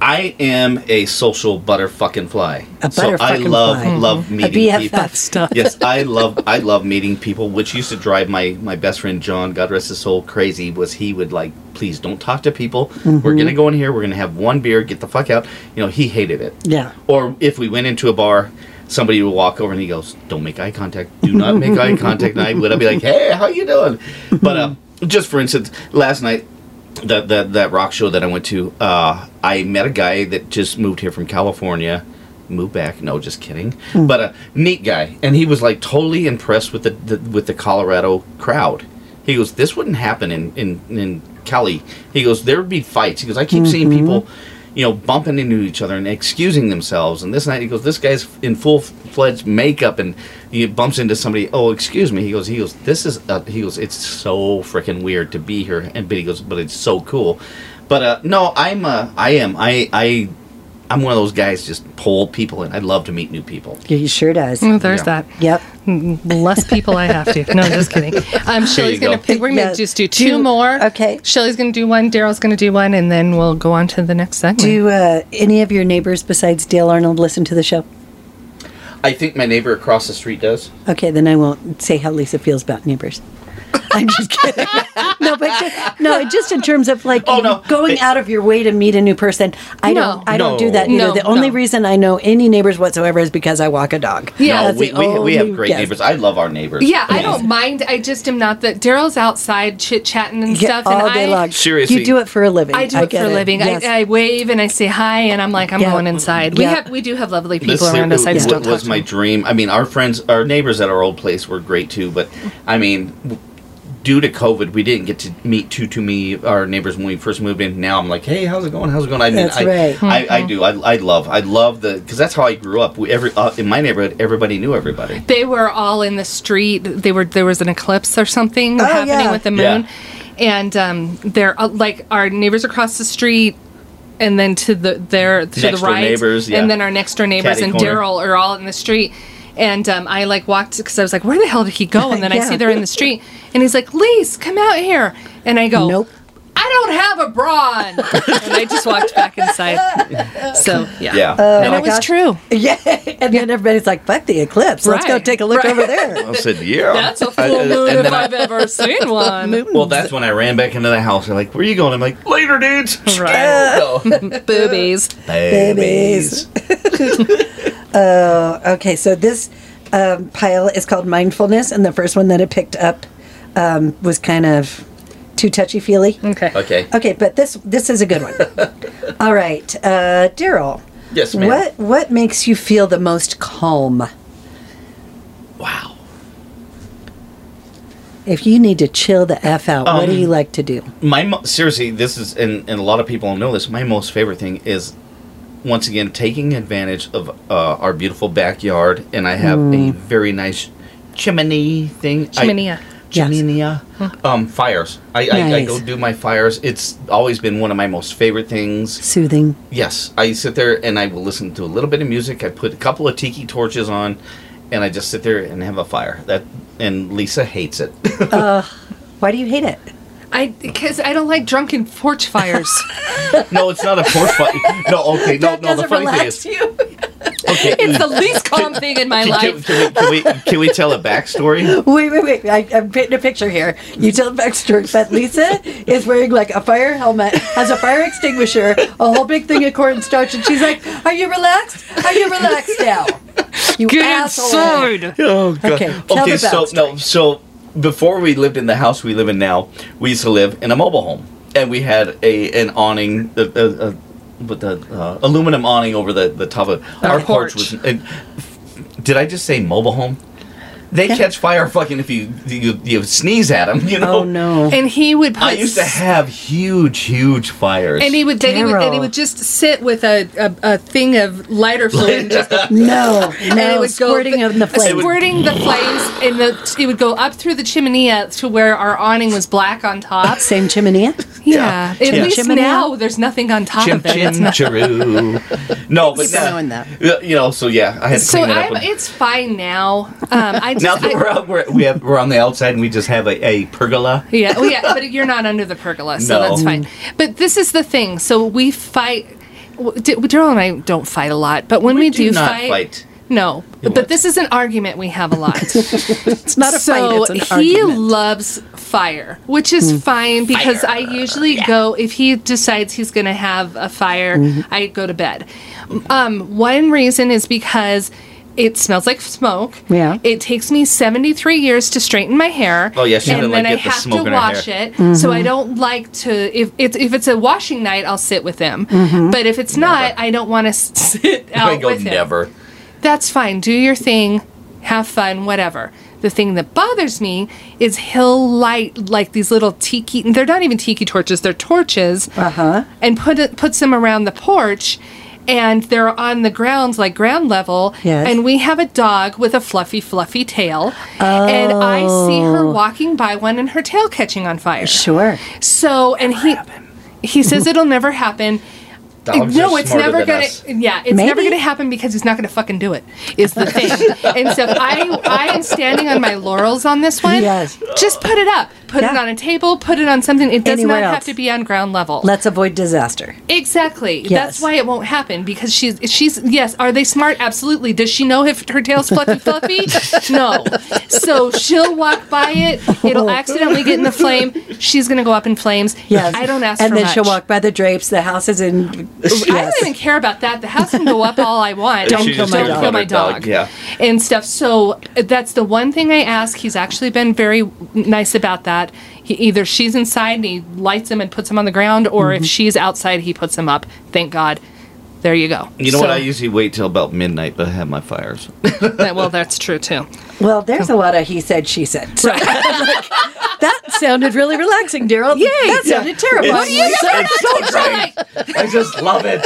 Speaker 5: I am a social butterfucking fly.
Speaker 3: A
Speaker 5: so I
Speaker 3: butterfucking
Speaker 5: love
Speaker 3: fly. Mm-hmm.
Speaker 5: love meeting
Speaker 3: BFF
Speaker 5: people.
Speaker 3: stuff.
Speaker 5: Yes, I love I love meeting people, which used to drive my my best friend John, God rest his soul, crazy. Was he would like, please don't talk to people.
Speaker 3: Mm-hmm.
Speaker 5: We're gonna go in here. We're gonna have one beer. Get the fuck out. You know, he hated it.
Speaker 3: Yeah.
Speaker 5: Or if we went into a bar. Somebody would walk over and he goes, "Don't make eye contact. Do not make eye contact." And I would, I'd be like, "Hey, how you doing?" But um, just for instance, last night that that that rock show that I went to, uh, I met a guy that just moved here from California, moved back. No, just kidding. But a neat guy, and he was like totally impressed with the, the with the Colorado crowd. He goes,
Speaker 4: Mm-hmm.
Speaker 5: "This wouldn't happen in in in Cali." He goes, "There would be fights." He goes, "I keep seeing people." you know, bumping into each other and excusing themselves and this and that. He goes, this guy's in full fledged makeup and he bumps into somebody. Oh, excuse me. He goes, he goes, this is, uh, he goes, it's so freaking weird to be here. And but he goes, but it's so cool. But uh, no, I'm, uh, I am, I, I, I'm one of those guys just pull people in. I love to meet new people.
Speaker 3: Yeah, He sure does.
Speaker 4: Well, Oh, there's
Speaker 5: Yeah.
Speaker 4: that.
Speaker 3: Mm-hmm. Yep.
Speaker 4: Less people I have to. No, I'm just kidding. Um, Shelly's
Speaker 5: go.
Speaker 4: going to pick. We're going to
Speaker 3: Yeah.
Speaker 4: just do
Speaker 3: Do-
Speaker 4: two more.
Speaker 3: okay.
Speaker 4: Shelly's going to do one. Daryl's going to do one, and then we'll go on to the next segment.
Speaker 3: Do uh, any of your neighbors besides Dale Arnold listen to the show?
Speaker 5: I think my neighbor across the street does.
Speaker 3: Okay, then I won't say how Lisa feels about neighbors. I'm just kidding. no, but just, no, just in terms of like
Speaker 5: Oh, no.
Speaker 3: going out of your way to meet a new person. I
Speaker 4: No.
Speaker 3: don't. I don't do that
Speaker 4: No.
Speaker 3: either. the
Speaker 4: No,
Speaker 3: only
Speaker 4: no.
Speaker 3: reason I know any neighbors whatsoever is because I walk a dog.
Speaker 4: Yeah,
Speaker 5: no,
Speaker 4: that's Oh,
Speaker 5: we,
Speaker 3: the
Speaker 5: we, we have
Speaker 3: only
Speaker 5: great
Speaker 3: guess.
Speaker 5: neighbors. I love our neighbors.
Speaker 4: Yeah, I
Speaker 5: mean,
Speaker 4: don't mind. I just am not that. Daryl's outside chit chatting and
Speaker 3: Yeah,
Speaker 4: stuff,
Speaker 3: all
Speaker 4: and
Speaker 3: day
Speaker 4: I
Speaker 3: long.
Speaker 5: Seriously.
Speaker 3: you do it for a living.
Speaker 4: I do it for
Speaker 3: get
Speaker 4: a living.
Speaker 3: Yes.
Speaker 4: I, I wave and I say hi, and I'm like, I'm
Speaker 3: Yeah.
Speaker 4: going inside. We
Speaker 3: Yeah.
Speaker 4: have we do have lovely
Speaker 5: This
Speaker 4: people around us. I just
Speaker 5: wa-
Speaker 4: don't
Speaker 5: was
Speaker 4: talk to
Speaker 5: my
Speaker 4: them.
Speaker 5: dream. I mean, our friends, our neighbors at our old place were great too. But I mean, w- due to COVID, we didn't get to meet too too many our neighbors when we first moved in. Now I'm like, hey, how's it going? How's it going? I mean,
Speaker 3: That's
Speaker 5: I,
Speaker 3: right.
Speaker 5: I,
Speaker 4: Mm-hmm.
Speaker 5: I do. I, I love. I love the because that's how I grew up. We, every uh, in my neighborhood, everybody knew everybody.
Speaker 4: They were all in the street. They were there was an eclipse or something
Speaker 3: Oh,
Speaker 4: happening
Speaker 3: yeah.
Speaker 4: with the
Speaker 5: Yeah.
Speaker 4: moon, and um, they're uh, like our neighbors across the street. And then to the their to the
Speaker 5: Next door
Speaker 4: right,
Speaker 5: neighbors, yeah.
Speaker 4: and then our next door neighbors
Speaker 5: Catty
Speaker 4: and
Speaker 5: corner.
Speaker 4: Daryl are all in the street. And um, I like walked because I was like, "Where the hell did he go?" And then I
Speaker 3: Yeah.
Speaker 4: see they're in the street, and he's like, "Lise, come out here." And I go,
Speaker 3: Nope.
Speaker 4: I don't have a bra on. and I just walked back inside. So, yeah.
Speaker 5: Yeah.
Speaker 4: and
Speaker 3: Uh,
Speaker 5: No,
Speaker 4: it was true.
Speaker 3: Yeah, and then everybody's like, "Fuck the eclipse! Let's go
Speaker 4: Right.
Speaker 3: take a look
Speaker 4: Right.
Speaker 3: over there."
Speaker 5: I said, yeah.
Speaker 4: That's a
Speaker 5: I-
Speaker 4: full
Speaker 5: and
Speaker 4: moon if
Speaker 5: then I-
Speaker 4: I've ever seen one.
Speaker 5: well, that's when I ran back into the house. They're like, "Where you going?" I'm like, "Later, dudes."
Speaker 4: Right.
Speaker 5: No.
Speaker 4: Boobies.
Speaker 5: Babies.
Speaker 3: Okay, so this um, pile is called mindfulness, and the first one that it picked up um, was kind of too touchy feely.
Speaker 4: Okay.
Speaker 5: Okay.
Speaker 3: Okay, but this this is a good one. All right, uh, Daryl.
Speaker 5: Yes, ma'am.
Speaker 3: What what makes you feel the most calm?
Speaker 5: Wow.
Speaker 3: If you need to chill the f out,
Speaker 5: Um,
Speaker 3: what do you like to do?
Speaker 5: my mo- seriously this is and, and a lot of people know this my most favorite thing is once again taking advantage of uh, our beautiful backyard and i have a
Speaker 3: Mm.
Speaker 5: very nice chimney thing I-
Speaker 4: Chimenea.
Speaker 3: Yes.
Speaker 5: chimney um fires I, I, I go
Speaker 3: Nice.
Speaker 5: do my fires it's always been one of my most favorite things
Speaker 3: Soothing.
Speaker 5: yes i sit there and i will listen to a little bit of music i put a couple of tiki torches on and i just sit there and have a fire that and lisa hates it
Speaker 3: Why do you hate it?
Speaker 4: I because I don't like drunken porch fires.
Speaker 5: no it's not a porch fire no okay no no the
Speaker 3: doesn't
Speaker 5: funny thing
Speaker 3: relax
Speaker 5: is
Speaker 3: you.
Speaker 5: okay
Speaker 4: it's the least calm thing in my
Speaker 5: Can,
Speaker 4: life.
Speaker 5: can, can, we, can, we, can we tell a backstory?
Speaker 3: Wait, wait, wait. I, I'm painting a picture here. You tell the backstory, but Lisa is wearing like a fire helmet, has a fire extinguisher, a whole big thing of cornstarch, and she's like, Are you relaxed? Are you relaxed now? You
Speaker 4: Good
Speaker 3: asshole.
Speaker 4: sword.
Speaker 5: Oh god.
Speaker 3: Okay, tell the
Speaker 5: so
Speaker 3: backstory.
Speaker 5: no, so before we lived in the house we live in now, we used to live in a mobile home, and we had a an awning, a, a, a, with the uh, aluminum awning over the the top of our,
Speaker 4: porch.
Speaker 5: porch. was. and- did I just say mobile home? They catch fire fucking if you, you you sneeze at them, you know.
Speaker 3: Oh, no.
Speaker 4: And he would put
Speaker 5: I used to
Speaker 4: s-
Speaker 5: have huge, huge fires.
Speaker 4: and he would then he would, and he
Speaker 3: Daryl.
Speaker 4: would just sit with a, a, a thing of lighter fluid and just
Speaker 3: No,
Speaker 4: and it
Speaker 3: no,
Speaker 4: would
Speaker 3: squirting
Speaker 4: go
Speaker 3: of the flame.
Speaker 4: squirting the flames, and the it would go up through the chimney to where our awning was black on top.
Speaker 3: Same chimney.
Speaker 4: Yeah, at
Speaker 5: Yeah.
Speaker 4: least
Speaker 3: Chimney.
Speaker 4: now there's nothing on top
Speaker 5: chim
Speaker 4: of it.
Speaker 5: chim
Speaker 4: It's not-
Speaker 5: chiroo. No, but
Speaker 3: Keep on knowing
Speaker 5: now, you know, so yeah, I had to
Speaker 4: So
Speaker 5: clean it up.
Speaker 4: I'm,
Speaker 5: and-
Speaker 4: it's fine now. Um, I just,
Speaker 5: Now that
Speaker 4: I-
Speaker 5: we're out, we're, we have, we're on the outside and we just have a, a pergola.
Speaker 4: yeah, well, yeah, but you're not under the pergola, so
Speaker 5: No.
Speaker 4: that's fine. But this is the thing. So we fight. w- D- Daryl and I don't fight a lot, but when we,
Speaker 5: do not
Speaker 4: fight,
Speaker 5: fight.
Speaker 4: no.
Speaker 5: what?
Speaker 4: But this is an argument we have a lot.
Speaker 3: It's not a
Speaker 4: so
Speaker 3: fight. It's an
Speaker 4: he
Speaker 3: argument. Mm.
Speaker 4: loves fire, which is fine because I usually go if he decides he's going to have a fire,
Speaker 3: Mm-hmm.
Speaker 4: I go to bed. Um, one reason is because it smells like smoke.
Speaker 3: Yeah.
Speaker 4: it takes me seventy three years to straighten my hair.
Speaker 5: Oh, yeah, she
Speaker 4: and
Speaker 5: didn't,
Speaker 4: then
Speaker 5: like,
Speaker 4: I
Speaker 5: get the
Speaker 4: have
Speaker 5: smoke
Speaker 4: to
Speaker 5: in her
Speaker 4: wash
Speaker 5: hair.
Speaker 4: it.
Speaker 3: Mm-hmm.
Speaker 4: So I don't like to if it's if it's a washing night, I'll sit with him.
Speaker 3: Mm-hmm.
Speaker 4: But if it's not, I don't want to sit out
Speaker 5: I go
Speaker 4: with him
Speaker 5: never.
Speaker 4: that's fine. Do your thing, have fun, whatever. The thing that bothers me is he'll light like these little tiki. They're not even tiki torches; they're torches. Uh
Speaker 3: Uh-huh.
Speaker 4: huh. And put it, puts them around the porch, and they're on the ground like ground level.
Speaker 3: Yes.
Speaker 4: And we have a dog with a fluffy, fluffy tail, and I see her walking by one, and her tail catching on fire.
Speaker 3: Oh. Sure. Mm-hmm.
Speaker 4: So and he he says it'll never happen.
Speaker 5: Dogs
Speaker 4: no,
Speaker 5: are
Speaker 4: it's
Speaker 5: smarter
Speaker 4: never
Speaker 5: than
Speaker 4: gonna.
Speaker 5: us.
Speaker 4: Yeah, it's never
Speaker 3: Maybe.
Speaker 4: gonna happen because he's not gonna fucking do it. Is the thing. and so I I am standing on my laurels on this one.
Speaker 3: Yes.
Speaker 4: Just put it up. Put it
Speaker 3: Yeah.
Speaker 4: on a table. Put it on something. It does
Speaker 3: Anywhere
Speaker 4: not have
Speaker 3: else.
Speaker 4: to be on ground level.
Speaker 3: Let's avoid disaster.
Speaker 4: exactly.
Speaker 3: Yes.
Speaker 4: That's why it won't happen because she's she's yes. Are they smart? Absolutely. Does she know if her tail's fluffy fluffy? no. So she'll walk by it. It'll accidentally get in the flame. She's gonna go up in flames.
Speaker 3: Yes.
Speaker 4: I don't ask.
Speaker 3: And
Speaker 4: for
Speaker 3: then
Speaker 4: much.
Speaker 3: she'll walk by the drapes. The house is in.
Speaker 4: I don't even care about that. The house can go up all I want.
Speaker 5: Don't
Speaker 4: She's
Speaker 5: kill
Speaker 4: just
Speaker 5: my
Speaker 4: gonna
Speaker 5: dog.
Speaker 4: kill my dog.
Speaker 5: Yeah.
Speaker 4: And stuff. So uh, that's the one thing I ask. He's actually been very nice about that. He, either she's inside and he lights them and puts them on the ground, or
Speaker 5: Mm-hmm.
Speaker 4: if she's outside, he puts them up. Thank God. There you go.
Speaker 5: You know what?
Speaker 4: So-
Speaker 5: I usually wait till about midnight, but I have my fires.
Speaker 4: that- well, that's true too.
Speaker 3: Well, there's a lot of he said, she said. So, like, that sounded really relaxing, Daryl. Yay! That sounded terrible.
Speaker 5: so great. I just love it.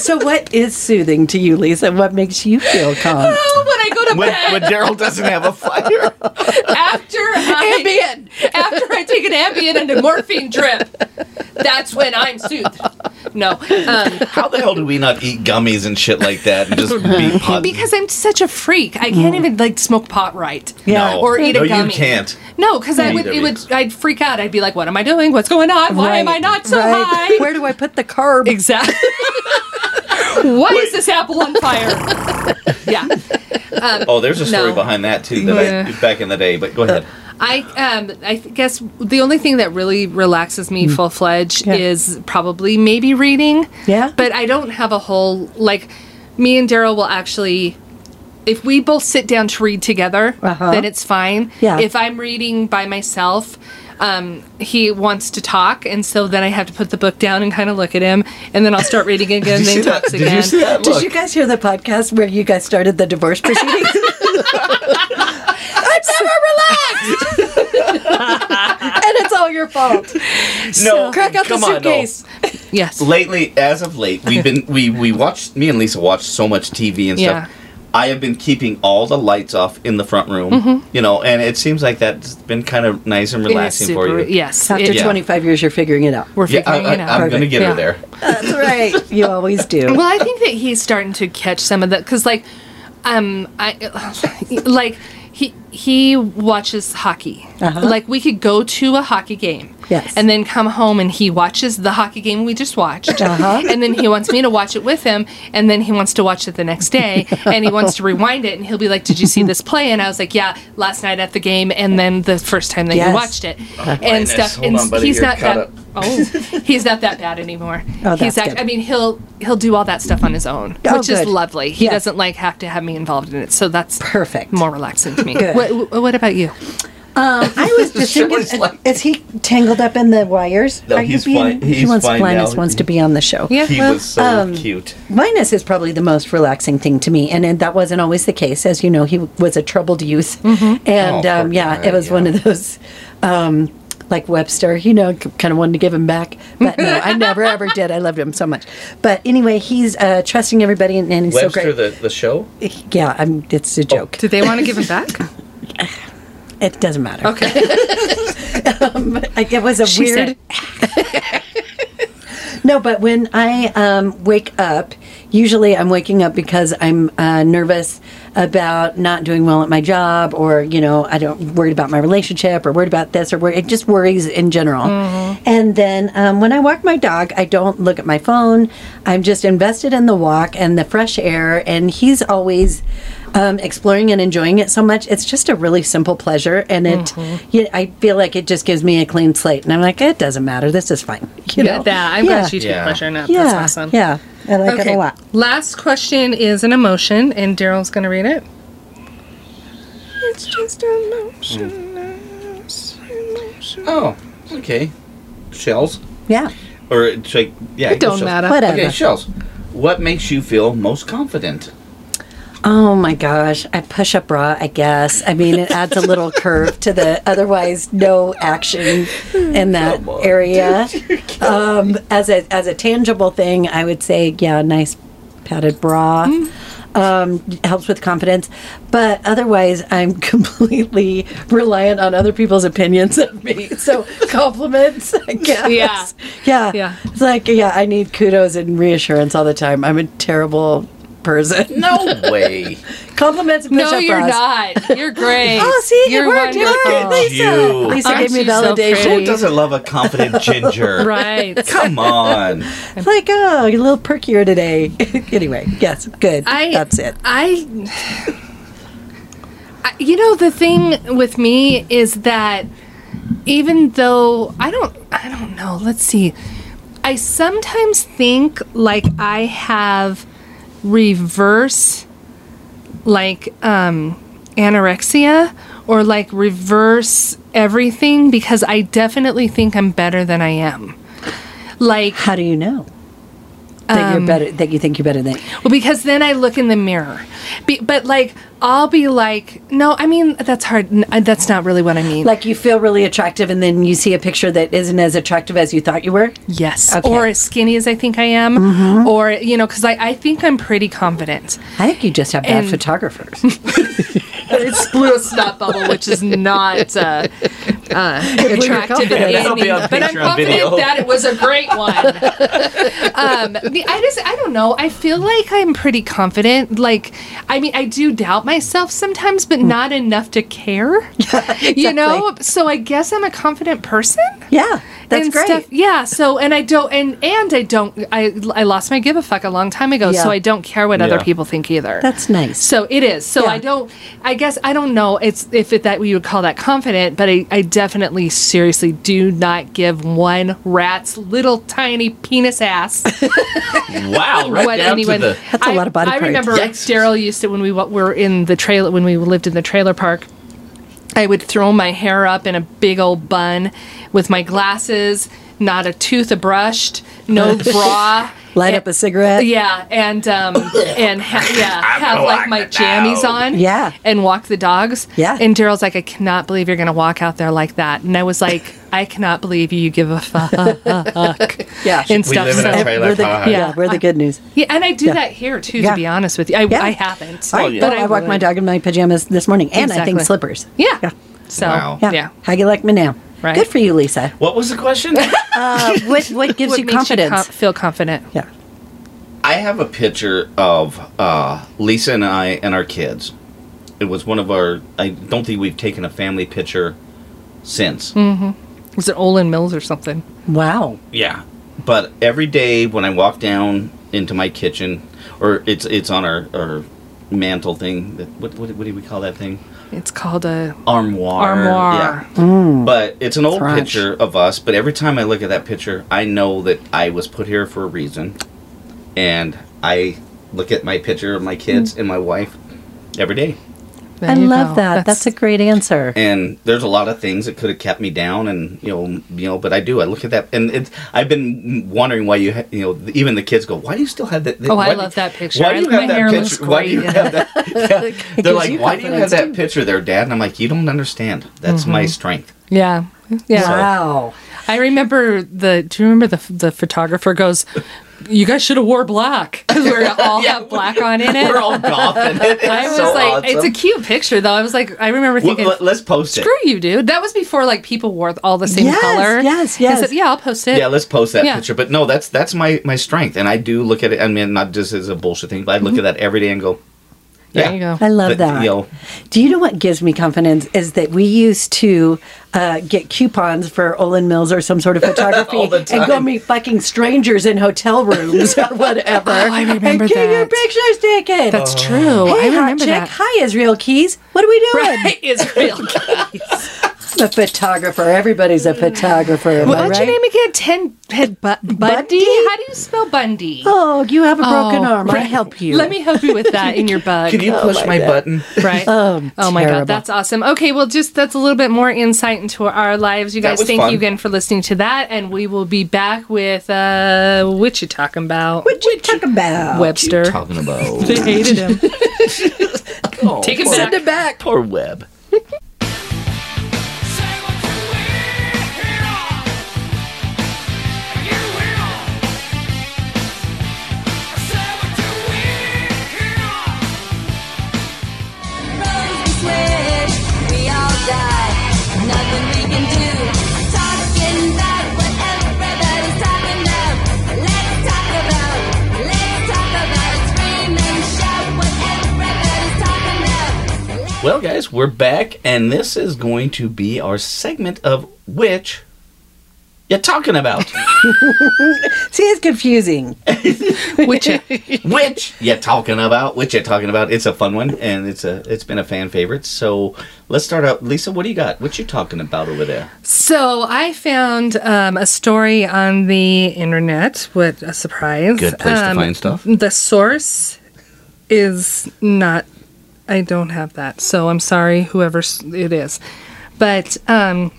Speaker 3: so, what is soothing to you, Lisa? What makes you feel calm?
Speaker 4: Oh, when I go to
Speaker 5: When,
Speaker 4: bed
Speaker 5: when Daryl doesn't have a fire,
Speaker 4: after I, Ambien, after I take an Ambien and a morphine drip, that's when I'm soothed. No. Um,
Speaker 5: how the hell do we not eat gummies and shit like that and just be pot?
Speaker 4: Because I'm such a freak, I can't even like smoke pot right.
Speaker 3: Yeah.
Speaker 5: no.
Speaker 4: or eat a
Speaker 5: no,
Speaker 4: gummy.
Speaker 5: you can't.
Speaker 4: No, because I would,
Speaker 5: Neither
Speaker 4: it
Speaker 5: is.
Speaker 4: would, I'd freak out. I'd be like, "What am I doing? What's going on? Why am I
Speaker 3: Right,
Speaker 4: not so
Speaker 3: right.
Speaker 4: high?"
Speaker 3: Where do I put the carb?
Speaker 4: exactly. Why is this apple on fire? yeah,
Speaker 5: Oh, there's a story
Speaker 4: No.
Speaker 5: behind that too that I did back in the day. But go ahead.
Speaker 4: I um, I th- guess the only thing that really relaxes me
Speaker 5: Mm.
Speaker 4: full fledged
Speaker 3: Yeah.
Speaker 4: is probably maybe reading.
Speaker 3: Yeah.
Speaker 4: but I don't have a whole like. Me and Daryl will actually. If we both sit down to read together,
Speaker 3: Uh-huh.
Speaker 4: then it's fine.
Speaker 3: Yeah.
Speaker 4: If I'm reading by myself, um, he wants to talk, and so then I have to put the book down and kind of look at him, and then I'll start reading again, and
Speaker 5: Did you
Speaker 4: then he
Speaker 5: see that?
Speaker 4: talks
Speaker 5: Did
Speaker 4: again.
Speaker 5: you see that?
Speaker 3: Did
Speaker 5: Look.
Speaker 3: you guys hear the podcast where you guys started the divorce proceedings? I'm never relaxed, and it's all your fault.
Speaker 5: No,
Speaker 3: Crack out
Speaker 5: come
Speaker 3: the
Speaker 5: on, no.
Speaker 3: suitcase.
Speaker 4: Yes.
Speaker 5: lately as of late we've been we we watched me and lisa watched so much tv and
Speaker 4: Yeah.
Speaker 5: stuff i have been keeping all the lights off in the front room
Speaker 4: Mm-hmm.
Speaker 5: you know and it seems like that's been kind of nice and
Speaker 4: It is
Speaker 5: relaxing for you
Speaker 4: super- Yes.
Speaker 3: After
Speaker 4: It-
Speaker 5: Yeah.
Speaker 3: 25 years, you're figuring it out.
Speaker 4: We're
Speaker 5: yeah I,
Speaker 4: figuring it out.
Speaker 5: am gonna get
Speaker 4: Yeah.
Speaker 5: her there
Speaker 3: That's right. You always do.
Speaker 4: Well, I think that he's starting to catch some of that because, like, um, I like he he watches hockey. Like, we could go to a hockey game,
Speaker 3: Yes.
Speaker 4: and then come home and he watches the hockey game we just watched,
Speaker 3: Uh-huh.
Speaker 4: and then he wants me to watch it with him, and then he wants to watch it the next day, and he wants to rewind it, and he'll be like, "Did you see this play?" And I was like, "Yeah, last night at the game, and then the first time that
Speaker 3: Yes.
Speaker 4: you watched it, and
Speaker 5: Linus,
Speaker 4: stuff."
Speaker 5: hold
Speaker 4: and
Speaker 5: on, buddy,
Speaker 4: he's
Speaker 5: you're
Speaker 4: not
Speaker 5: caught
Speaker 4: that.
Speaker 5: up.
Speaker 4: Oh, he's not that bad anymore.
Speaker 3: Oh,
Speaker 4: he's
Speaker 3: that's
Speaker 4: act-
Speaker 3: good.
Speaker 4: I mean, he'll he'll do all that stuff on his own,
Speaker 3: Oh,
Speaker 4: which
Speaker 3: good.
Speaker 4: is lovely. He
Speaker 3: Yeah.
Speaker 4: doesn't like have to have me involved in it, so that's
Speaker 3: Perfect.
Speaker 4: more relaxing to me.
Speaker 3: Good.
Speaker 4: What, wh- what about you?
Speaker 3: Um, I was just thinking,
Speaker 5: Shirley's like-
Speaker 3: is he tangled up in the wires?
Speaker 5: No,
Speaker 3: Are you
Speaker 5: he's
Speaker 3: being,
Speaker 5: fine-
Speaker 3: she
Speaker 5: he's
Speaker 3: wants
Speaker 5: fine
Speaker 3: Linus
Speaker 5: now.
Speaker 3: wants to be on the show.
Speaker 4: Yeah.
Speaker 5: he
Speaker 4: well, um,
Speaker 5: was so cute
Speaker 3: Linus is probably the most relaxing thing to me, and, and that wasn't always the case. As you know, he was a troubled youth, and
Speaker 5: Oh, poor
Speaker 3: um, yeah,
Speaker 5: guy,
Speaker 3: it was
Speaker 5: yeah.
Speaker 3: one of those. Um, like Webster, you know, kind of wanted to give him back, but no, I never ever did. I loved him so much. But anyway, he's uh, trusting everybody, and, and he's
Speaker 5: webster
Speaker 3: so great.
Speaker 5: the, the show Oh.
Speaker 3: yeah, I'm, it's a joke.
Speaker 4: Do they want to give him back?
Speaker 3: It doesn't matter.
Speaker 4: Okay.
Speaker 3: Like, it was a
Speaker 4: She
Speaker 3: weird.
Speaker 4: said-
Speaker 3: No, but when I um, wake up, usually I'm waking up because I'm uh, nervous about not doing well at my job, or you know, I don't worried about my relationship, or worried about this, or worried, it just worries in general. And then um, when I walk my dog, I don't look at my phone. I'm just invested in the walk and the fresh air, and he's always. Um, exploring and enjoying it so much it's just a really simple pleasure and it yeah, i feel like it just gives me a clean slate and i'm like it doesn't matter this is fine you know
Speaker 4: yeah, I'm
Speaker 3: Yeah.
Speaker 4: glad you took
Speaker 5: Yeah.
Speaker 4: pleasure in that.
Speaker 3: yeah,
Speaker 4: That's awesome.
Speaker 3: Yeah, I like it
Speaker 4: Okay.
Speaker 3: a lot.
Speaker 4: Last question is an emotion, and Daryl's going to read it.
Speaker 5: oh okay shells
Speaker 3: Yeah,
Speaker 5: or it's like yeah
Speaker 4: It
Speaker 5: goes
Speaker 4: don't
Speaker 5: shells.
Speaker 4: matter.
Speaker 3: whatever.
Speaker 5: okay shells what makes you feel most confident
Speaker 3: Oh my gosh, a push up bra, I guess. I mean, it adds a little curve to the otherwise no action in that area. Um, as a as a tangible thing, I would say, yeah, nice padded bra
Speaker 4: Mm-hmm.
Speaker 3: um, helps with confidence. But otherwise, I'm completely reliant on other people's opinions of me. So compliments, I guess.
Speaker 4: Yeah.
Speaker 3: yeah,
Speaker 4: Yeah.
Speaker 3: It's like, yeah, I need kudos and reassurance all the time. I'm a terrible person.
Speaker 5: No way.
Speaker 3: Compliments and push-up
Speaker 4: No, you're
Speaker 3: bras.
Speaker 4: not. You're great.
Speaker 3: Oh, see,
Speaker 4: you're
Speaker 3: it worked. It
Speaker 4: wonderful.
Speaker 3: worked. Lisa,
Speaker 5: You.
Speaker 3: Lisa
Speaker 4: Aren't
Speaker 3: gave me
Speaker 4: you so
Speaker 5: Who
Speaker 4: pretty?
Speaker 3: validation.
Speaker 5: doesn't love a confident ginger?
Speaker 4: Right.
Speaker 5: Come on.
Speaker 3: It's like, oh, you're a little perkier today. anyway, yes, good.
Speaker 4: I
Speaker 3: That's it.
Speaker 4: I, I you know the thing with me is that even though I don't I don't know, let's see. I sometimes think like I have reverse like um anorexia or like reverse everything because I definitely think I'm better than I am. Like
Speaker 3: How do you know that
Speaker 4: Um,
Speaker 3: you're better? That you think you're better than?
Speaker 4: Well, because then I look in the mirror. Be, but like, I'll be like, no, I mean, that's hard. N- uh, That's not really what I mean.
Speaker 3: Like you feel really attractive, and then you see a picture that isn't as attractive as you thought you were.
Speaker 4: yes.
Speaker 3: Okay. Mm-hmm.
Speaker 4: Or as skinny as I think I am. Or, you know, because I, I think I'm pretty confident.
Speaker 3: I think you just have bad
Speaker 4: And-
Speaker 3: photographers.
Speaker 4: It's blew a snot bubble, which is not uh, uh, attractive.
Speaker 3: confident.
Speaker 4: in
Speaker 5: That'll be
Speaker 4: any-
Speaker 5: on
Speaker 4: but I'm
Speaker 5: picture and
Speaker 4: confident
Speaker 5: video.
Speaker 4: that it was a great one. um, the- I just, I don't know. I feel like I'm pretty confident. Like, I mean, I do doubt myself sometimes, but not enough to care. You know, so I guess I'm a confident person.
Speaker 3: yeah, that's
Speaker 4: and
Speaker 3: great.
Speaker 4: Stuff. Yeah. So, and I don't, and and I don't. I I lost my give a fuck a long time ago,
Speaker 3: Yeah.
Speaker 4: so I don't care what other
Speaker 5: Yeah.
Speaker 4: people think either.
Speaker 3: That's nice.
Speaker 4: So it is. So
Speaker 3: Yeah.
Speaker 4: I don't. I guess I don't know. It's if it, that we would call that confident, but I, I definitely seriously do not give one rat's little tiny penis ass
Speaker 5: Wow, right
Speaker 4: what
Speaker 5: down
Speaker 4: anyone.
Speaker 5: to the.
Speaker 3: That's a
Speaker 4: I-
Speaker 3: lot of body
Speaker 4: I
Speaker 3: pride.
Speaker 4: remember
Speaker 5: Yikes.
Speaker 4: Daryl used to when we wa- were in the trailer when we lived in the trailer park. I would throw my hair up in a big old bun with my glasses, not a tooth a brushed, no bra.
Speaker 3: Light up a cigarette.
Speaker 4: Yeah, and um, and ha- yeah, have like my jammies on.
Speaker 3: Yeah.
Speaker 4: and walk the dogs.
Speaker 3: Yeah.
Speaker 4: and Daryl's like, I cannot believe you're gonna walk out there like that. And I was like, I cannot believe you give a fuck
Speaker 3: yeah. Eh,
Speaker 4: and
Speaker 5: We
Speaker 4: stuff.
Speaker 5: live in
Speaker 4: so-
Speaker 5: a
Speaker 3: we're
Speaker 5: trailer
Speaker 3: the,
Speaker 5: park.
Speaker 3: yeah, we're the good news.
Speaker 4: yeah, and I do that here too.
Speaker 3: Yeah.
Speaker 4: To be honest with you, I,
Speaker 3: Yeah.
Speaker 4: I haven't.
Speaker 3: All right,
Speaker 5: Oh, yeah.
Speaker 3: but I walk my
Speaker 4: would.
Speaker 3: dog in my pajamas this morning, and I think
Speaker 4: Exactly.
Speaker 3: slippers.
Speaker 4: Yeah. So
Speaker 5: Wow.
Speaker 4: yeah.
Speaker 3: How do you like me now?
Speaker 4: Right.
Speaker 3: Good for you, Lisa. Uh,
Speaker 5: What was the question?
Speaker 3: what what gives
Speaker 4: What
Speaker 3: you
Speaker 4: makes
Speaker 3: confidence?
Speaker 4: com- feel confident.
Speaker 3: yeah.
Speaker 5: I have a picture of uh, Lisa and I and our kids. It was one of our. I don't think we've taken a family picture since.
Speaker 4: Was it Olin Mills or something?
Speaker 3: Wow.
Speaker 5: Yeah, but every day when I walk down into my kitchen, or it's it's on our, our mantle thing. That, what, what what do we call that thing?
Speaker 4: It's called a
Speaker 5: Armoire.
Speaker 4: Armoire.
Speaker 5: Yeah. But it's an old
Speaker 3: French.
Speaker 5: picture of us. But every time I look at that picture, I know that I was put here for a reason. And I look at my picture of my kids and my wife every day.
Speaker 4: There
Speaker 3: I
Speaker 4: you
Speaker 3: love
Speaker 4: go.
Speaker 3: that. That's, a great answer.
Speaker 5: And there's a lot of things that could have kept me down, and you know, you know. But I do. I look at that, and it's. I've been wondering why you, ha- you know, even the kids go, "Why do you still have that?" that-
Speaker 4: Oh, I
Speaker 5: why-
Speaker 4: love that picture.
Speaker 5: Why do you
Speaker 4: My
Speaker 5: have that
Speaker 4: hair looks
Speaker 5: picture? Why do you
Speaker 4: great in
Speaker 5: have that? Yeah. They're
Speaker 3: gives
Speaker 5: like,
Speaker 3: you
Speaker 5: "Why do you have
Speaker 3: confidence,
Speaker 5: that
Speaker 3: too."
Speaker 5: picture there, Dad?" And I'm like, "You don't understand. That's my strength."
Speaker 4: yeah. Yeah.
Speaker 3: Wow.
Speaker 4: I remember the. Do you remember the the photographer goes, "You guys should have wore black because we all have black on in it."
Speaker 5: We're all goth in it. It's
Speaker 4: I was
Speaker 5: so
Speaker 4: like, it's a
Speaker 5: awesome.
Speaker 4: cute picture though. I was like, I remember
Speaker 5: Well,
Speaker 4: thinking,
Speaker 5: let- let's post it.
Speaker 4: "Screw you, dude." That was before like people wore all the same
Speaker 3: Yes,
Speaker 4: color.
Speaker 3: yes,
Speaker 4: I
Speaker 3: yes.
Speaker 4: said, yeah, I'll post it.
Speaker 5: Yeah, let's post that
Speaker 4: Yeah.
Speaker 5: picture. But no, that's that's my my strength, and I do look at it. I mean, not just as a bullshit thing, but I look at that every day and go,
Speaker 4: Mm-hmm. There
Speaker 5: "Yeah,
Speaker 4: you go.
Speaker 3: I love
Speaker 5: But,
Speaker 3: that.
Speaker 5: you know,
Speaker 3: Do you know what gives me confidence is that we used to uh, get coupons for Olin Mills or some sort of photography
Speaker 5: All the
Speaker 3: and go
Speaker 5: time. Oh,
Speaker 3: meet fucking strangers in hotel rooms or whatever.
Speaker 4: I remember
Speaker 3: and get your
Speaker 4: that.
Speaker 3: pictures taken.
Speaker 4: That's
Speaker 5: Oh.
Speaker 4: true.
Speaker 3: Hey,
Speaker 4: I
Speaker 3: hot
Speaker 4: remember
Speaker 3: chick.
Speaker 4: that.
Speaker 3: Hi, Israel Keys. What are we doing?
Speaker 4: Israel Keys.
Speaker 3: a photographer. Everybody's a photographer. Am I
Speaker 4: What's
Speaker 3: right?
Speaker 4: your name again? Ten Head bu- Bundy?
Speaker 3: Bundy?
Speaker 4: How do you spell Bundy?
Speaker 3: Oh, you have a broken
Speaker 4: Oh,
Speaker 3: arm. I
Speaker 4: right.
Speaker 3: help you.
Speaker 4: Let me help you with that in your bug.
Speaker 5: Could you push my, button?
Speaker 4: right?
Speaker 3: Oh,
Speaker 4: my
Speaker 3: terrible.
Speaker 4: god, that's awesome. Okay, well, just that's a little bit more insight into our lives. You
Speaker 5: That
Speaker 4: guys,
Speaker 5: was
Speaker 4: thank
Speaker 5: fun.
Speaker 4: you again for listening to that, and we will be back with uh, what you talking about,
Speaker 3: What you talk about?
Speaker 4: Webster.
Speaker 5: Talking about
Speaker 4: they hated him. Take it back.
Speaker 3: back.
Speaker 5: poor web. Well, guys, we're back, and this is going to be our segment of which you're talking about.
Speaker 3: See, it's confusing.
Speaker 4: Witcher.
Speaker 5: which you're talking about? Which you're talking about? It's a fun one, and it's a it's been a fan favorite. So let's start out. Lisa, what do you got? What you talking about over there?
Speaker 4: So I found um, a story on the internet. What a surprise! Um,
Speaker 5: stuff.
Speaker 4: The source is not. I don't have that, so I'm sorry, whoever s- it is. But um,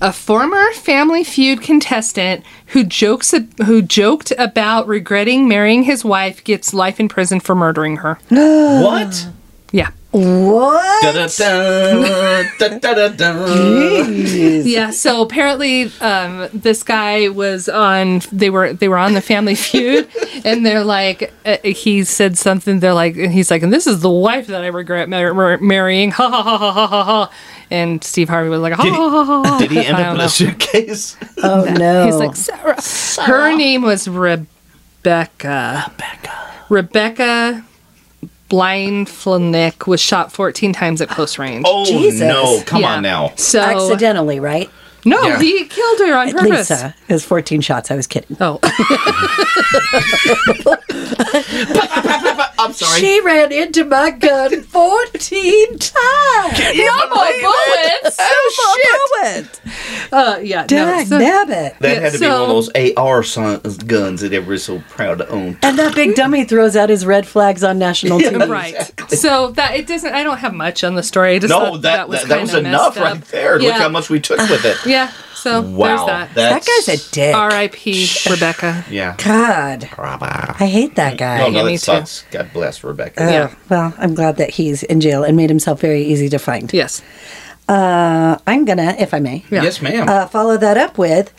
Speaker 4: a former Family Feud contestant who jokes ab- who joked about regretting marrying his wife gets life in prison for murdering her.
Speaker 5: What?
Speaker 4: Yeah.
Speaker 3: What?
Speaker 5: Da-da-da, da-da-da-da.
Speaker 4: Yeah, so apparently um, this guy was on. They were they were on the Family Feud, and they're like, uh, he said something. They're like, and he's like, and this is the wife that I regret mar- mar- marrying. Ha ha ha ha ha ha. ha. And Steve Harvey was like, ha
Speaker 5: Did he-
Speaker 4: ha ha ha. ha.
Speaker 5: Did he end
Speaker 4: I
Speaker 5: up
Speaker 4: don't
Speaker 5: in
Speaker 4: know.
Speaker 5: a suitcase?
Speaker 3: Oh no.
Speaker 4: He's like Sarah. Her name was Rebecca. Rebecca. Rebecca Blindflenick was shot 14 times at close range.
Speaker 5: Oh
Speaker 3: Jesus.
Speaker 5: no! Come
Speaker 4: Yeah.
Speaker 5: on now.
Speaker 4: So
Speaker 3: accidentally, right?
Speaker 4: no,
Speaker 5: Yeah.
Speaker 4: he killed her on purpose.
Speaker 3: Lisa, it was 14 shots. I was kidding.
Speaker 4: Oh.
Speaker 5: I'm sorry.
Speaker 3: She ran into my gun 14 times.
Speaker 4: No more bullets.
Speaker 3: Oh, shit.
Speaker 4: Uh, yeah. No,
Speaker 3: Dag
Speaker 4: so-
Speaker 3: nabbit.
Speaker 5: That
Speaker 4: Yeah,
Speaker 5: had to be one
Speaker 4: so-
Speaker 5: of those AR son- guns that everybody's so proud to own.
Speaker 3: And that big dummy throws out his red flags on national TV.
Speaker 4: right. So that it doesn't. I don't have much on the story. I just
Speaker 5: No,
Speaker 4: thought
Speaker 5: that that was,
Speaker 4: kinda
Speaker 5: enough
Speaker 4: messed
Speaker 5: right
Speaker 4: up.
Speaker 5: there. Look
Speaker 4: Yeah.
Speaker 5: how much we took with it.
Speaker 4: Yeah. So
Speaker 5: Wow,
Speaker 4: there's that.
Speaker 3: That guy's a dick.
Speaker 4: R.I.P. Rebecca.
Speaker 5: yeah.
Speaker 3: God, I hate that guy.
Speaker 5: Oh no,
Speaker 4: me
Speaker 5: that
Speaker 4: too.
Speaker 5: sucks. God bless
Speaker 3: Uh,
Speaker 5: Rebecca.
Speaker 4: Yeah.
Speaker 3: Well, I'm glad that he's in jail and made himself very easy to find.
Speaker 4: Yes.
Speaker 3: Uh, I'm gonna, if I may,
Speaker 4: Yeah.
Speaker 5: Yes, ma'am.
Speaker 3: uh, follow that up with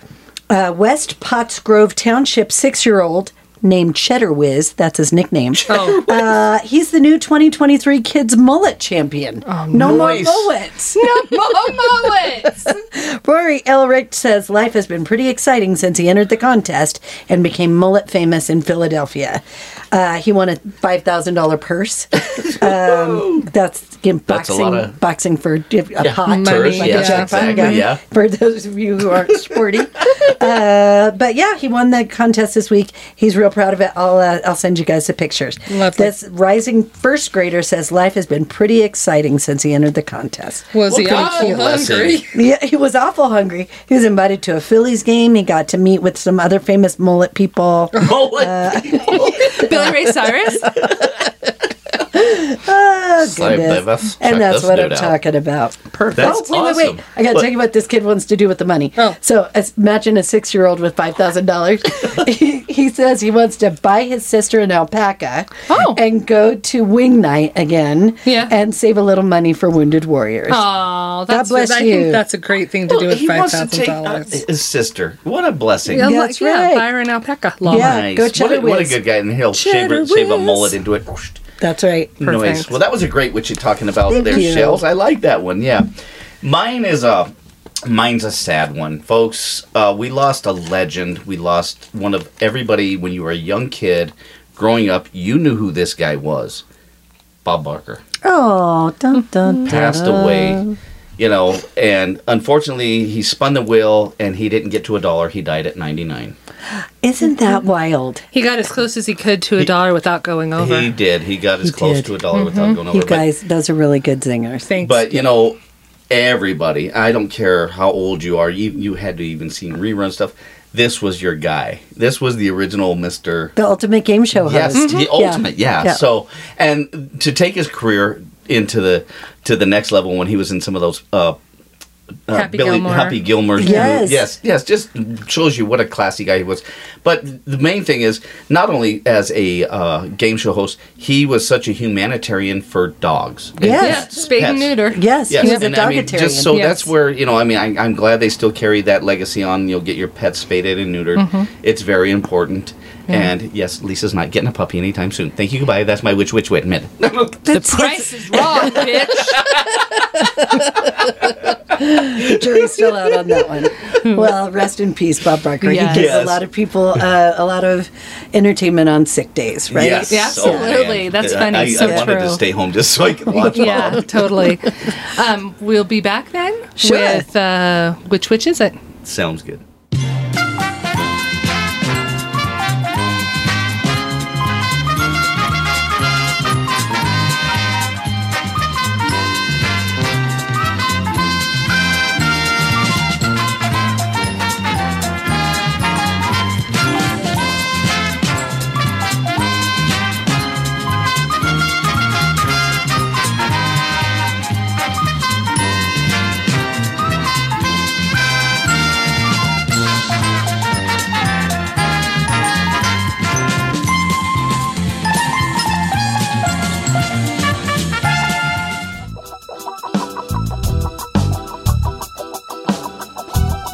Speaker 3: uh, West Potts Grove Township six-year-old named Cheddar Whiz. That's his nickname.
Speaker 4: Oh.
Speaker 3: Uh, he's the new 2023 Kids Mullet Champion. no
Speaker 5: nice.
Speaker 3: more mullets.
Speaker 4: Oh, No more bullets.
Speaker 3: Rory Elric says life has been pretty exciting since he entered the contest and became mullet famous in Philadelphia. Uh, he won a five thousand dollar purse. Um, that's in
Speaker 5: That's a
Speaker 3: boxing,
Speaker 5: lot of-
Speaker 3: boxing for uh, a pot,
Speaker 5: tourists,
Speaker 4: Money, yeah,
Speaker 3: jackpot,
Speaker 5: exactly, yeah.
Speaker 3: For those of you who aren't sporty, uh, but yeah, he won the contest this week. He's real proud of it. I'll uh, I'll send you guys the pictures.
Speaker 4: Lovely.
Speaker 3: This rising first grader says life has been pretty exciting since he entered the contest.
Speaker 4: Was he
Speaker 5: kind of
Speaker 4: awful
Speaker 5: cute lesson?
Speaker 4: hungry?
Speaker 3: Yeah, he was awful hungry. He was invited to a Phillies game. He got to meet with some other famous mullet people.
Speaker 5: Mullet.
Speaker 3: uh,
Speaker 4: Billy Ray Cyrus.
Speaker 3: Oh,
Speaker 5: Sorry, babe,
Speaker 3: goodness.
Speaker 5: let's
Speaker 3: And
Speaker 5: check
Speaker 3: that's
Speaker 5: this
Speaker 3: what I'm
Speaker 5: dude out.
Speaker 3: talking about. Perfect.
Speaker 5: That's
Speaker 3: oh, wait, wait,
Speaker 5: awesome.
Speaker 3: wait. I got to
Speaker 5: What?
Speaker 3: tell you what this kid wants to do with the money.
Speaker 4: Oh.
Speaker 3: So as- imagine a six year old with $5,000. he, he says he wants to buy his sister an alpaca
Speaker 4: Oh.
Speaker 3: and go to Wing Night again
Speaker 4: Yeah.
Speaker 3: and save a little money for wounded warriors.
Speaker 4: Oh, that's
Speaker 3: bless
Speaker 4: I
Speaker 3: you.
Speaker 4: think that's a great thing to do with
Speaker 5: he
Speaker 4: five
Speaker 5: wants to
Speaker 4: thousand
Speaker 5: take out
Speaker 4: dollars.
Speaker 5: his sister. What a blessing.
Speaker 4: Yeah,
Speaker 3: Yeah,
Speaker 4: like-
Speaker 3: that's
Speaker 4: yeah,
Speaker 3: right.
Speaker 4: buy her an alpaca llama.
Speaker 3: Yeah.
Speaker 5: Nice.
Speaker 3: go
Speaker 5: what, a,
Speaker 3: Cheddar
Speaker 5: what a
Speaker 3: Whiz.
Speaker 5: good guy, and he'll shave,
Speaker 4: Cheddar
Speaker 5: her- shave a
Speaker 4: Whiz.
Speaker 5: mullet into it.
Speaker 3: That's right.
Speaker 5: Noise.
Speaker 4: Perfect.
Speaker 5: Well, that was a great what you're talking about
Speaker 3: Thank
Speaker 5: there,
Speaker 3: you.
Speaker 5: shells. I like that one. Yeah, mine is a mine's a sad one, folks. Uh, we lost a legend. We lost one of everybody when you were a young kid growing up. You knew who this guy was, Bob Barker
Speaker 3: Oh, dun, dun, dun.
Speaker 5: passed away. You know, and unfortunately, he spun the wheel and he didn't get to a dollar. He died at 99.
Speaker 3: Isn't that wild?
Speaker 4: He got as close as he could to a dollar without going over.
Speaker 5: He did. He got as
Speaker 3: He
Speaker 5: close
Speaker 3: did. Mm-hmm.
Speaker 5: to a dollar without going over.
Speaker 3: You
Speaker 5: but-
Speaker 3: guys, those are really good singers.
Speaker 4: Thanks.
Speaker 5: But you know, everybody. I don't care how old you are. You you had to even seen rerun stuff. This was your guy. This was the original Mister.
Speaker 3: The ultimate game show
Speaker 5: Yes,
Speaker 3: host.
Speaker 5: the
Speaker 3: Mm-hmm. Yeah.
Speaker 5: ultimate. Yeah.
Speaker 3: Yeah.
Speaker 5: So and to take his career into the to the next level when he was in some of those. Uh, uh,
Speaker 4: Happy
Speaker 5: Billy
Speaker 4: Gilmore.
Speaker 5: Happy Gilmore's
Speaker 3: Yes.
Speaker 5: yes, yes, just shows you what a classy guy he was. But the main thing is, not only as a uh, game show host, he was such a humanitarian for dogs. and
Speaker 3: Yes.
Speaker 4: Yeah, spay and
Speaker 5: pets.
Speaker 4: neuter.
Speaker 3: Yes, he was a
Speaker 5: and I mean,
Speaker 3: dogatarian.
Speaker 5: just so
Speaker 4: Yes.
Speaker 5: that's where you know. I mean, I, I'm glad they still carry that legacy on. You'll get your pets spaded and neutered.
Speaker 4: Mm-hmm.
Speaker 5: It's very important. And yes, Lisa's not getting a puppy anytime soon. Thank you. Goodbye. That's my witch witch wit minute.
Speaker 4: The price is wrong, bitch.
Speaker 3: the jury's still out on that one. Well, rest in peace, Bob Barker.
Speaker 4: Yes.
Speaker 3: He gives
Speaker 5: Yes.
Speaker 3: a lot of people uh, a lot of entertainment on sick days, right?
Speaker 5: Yes.
Speaker 4: Yeah,
Speaker 5: Oh, man.
Speaker 4: absolutely. That's
Speaker 5: I-
Speaker 4: funny.
Speaker 5: I,
Speaker 4: So
Speaker 5: I wanted to
Speaker 4: true.
Speaker 5: stay home just so I could watch. Bob.
Speaker 4: yeah, totally. Um, we'll be back then
Speaker 3: Sure.
Speaker 4: with uh, which witch is it?
Speaker 5: Sounds good.
Speaker 4: Mm-hmm.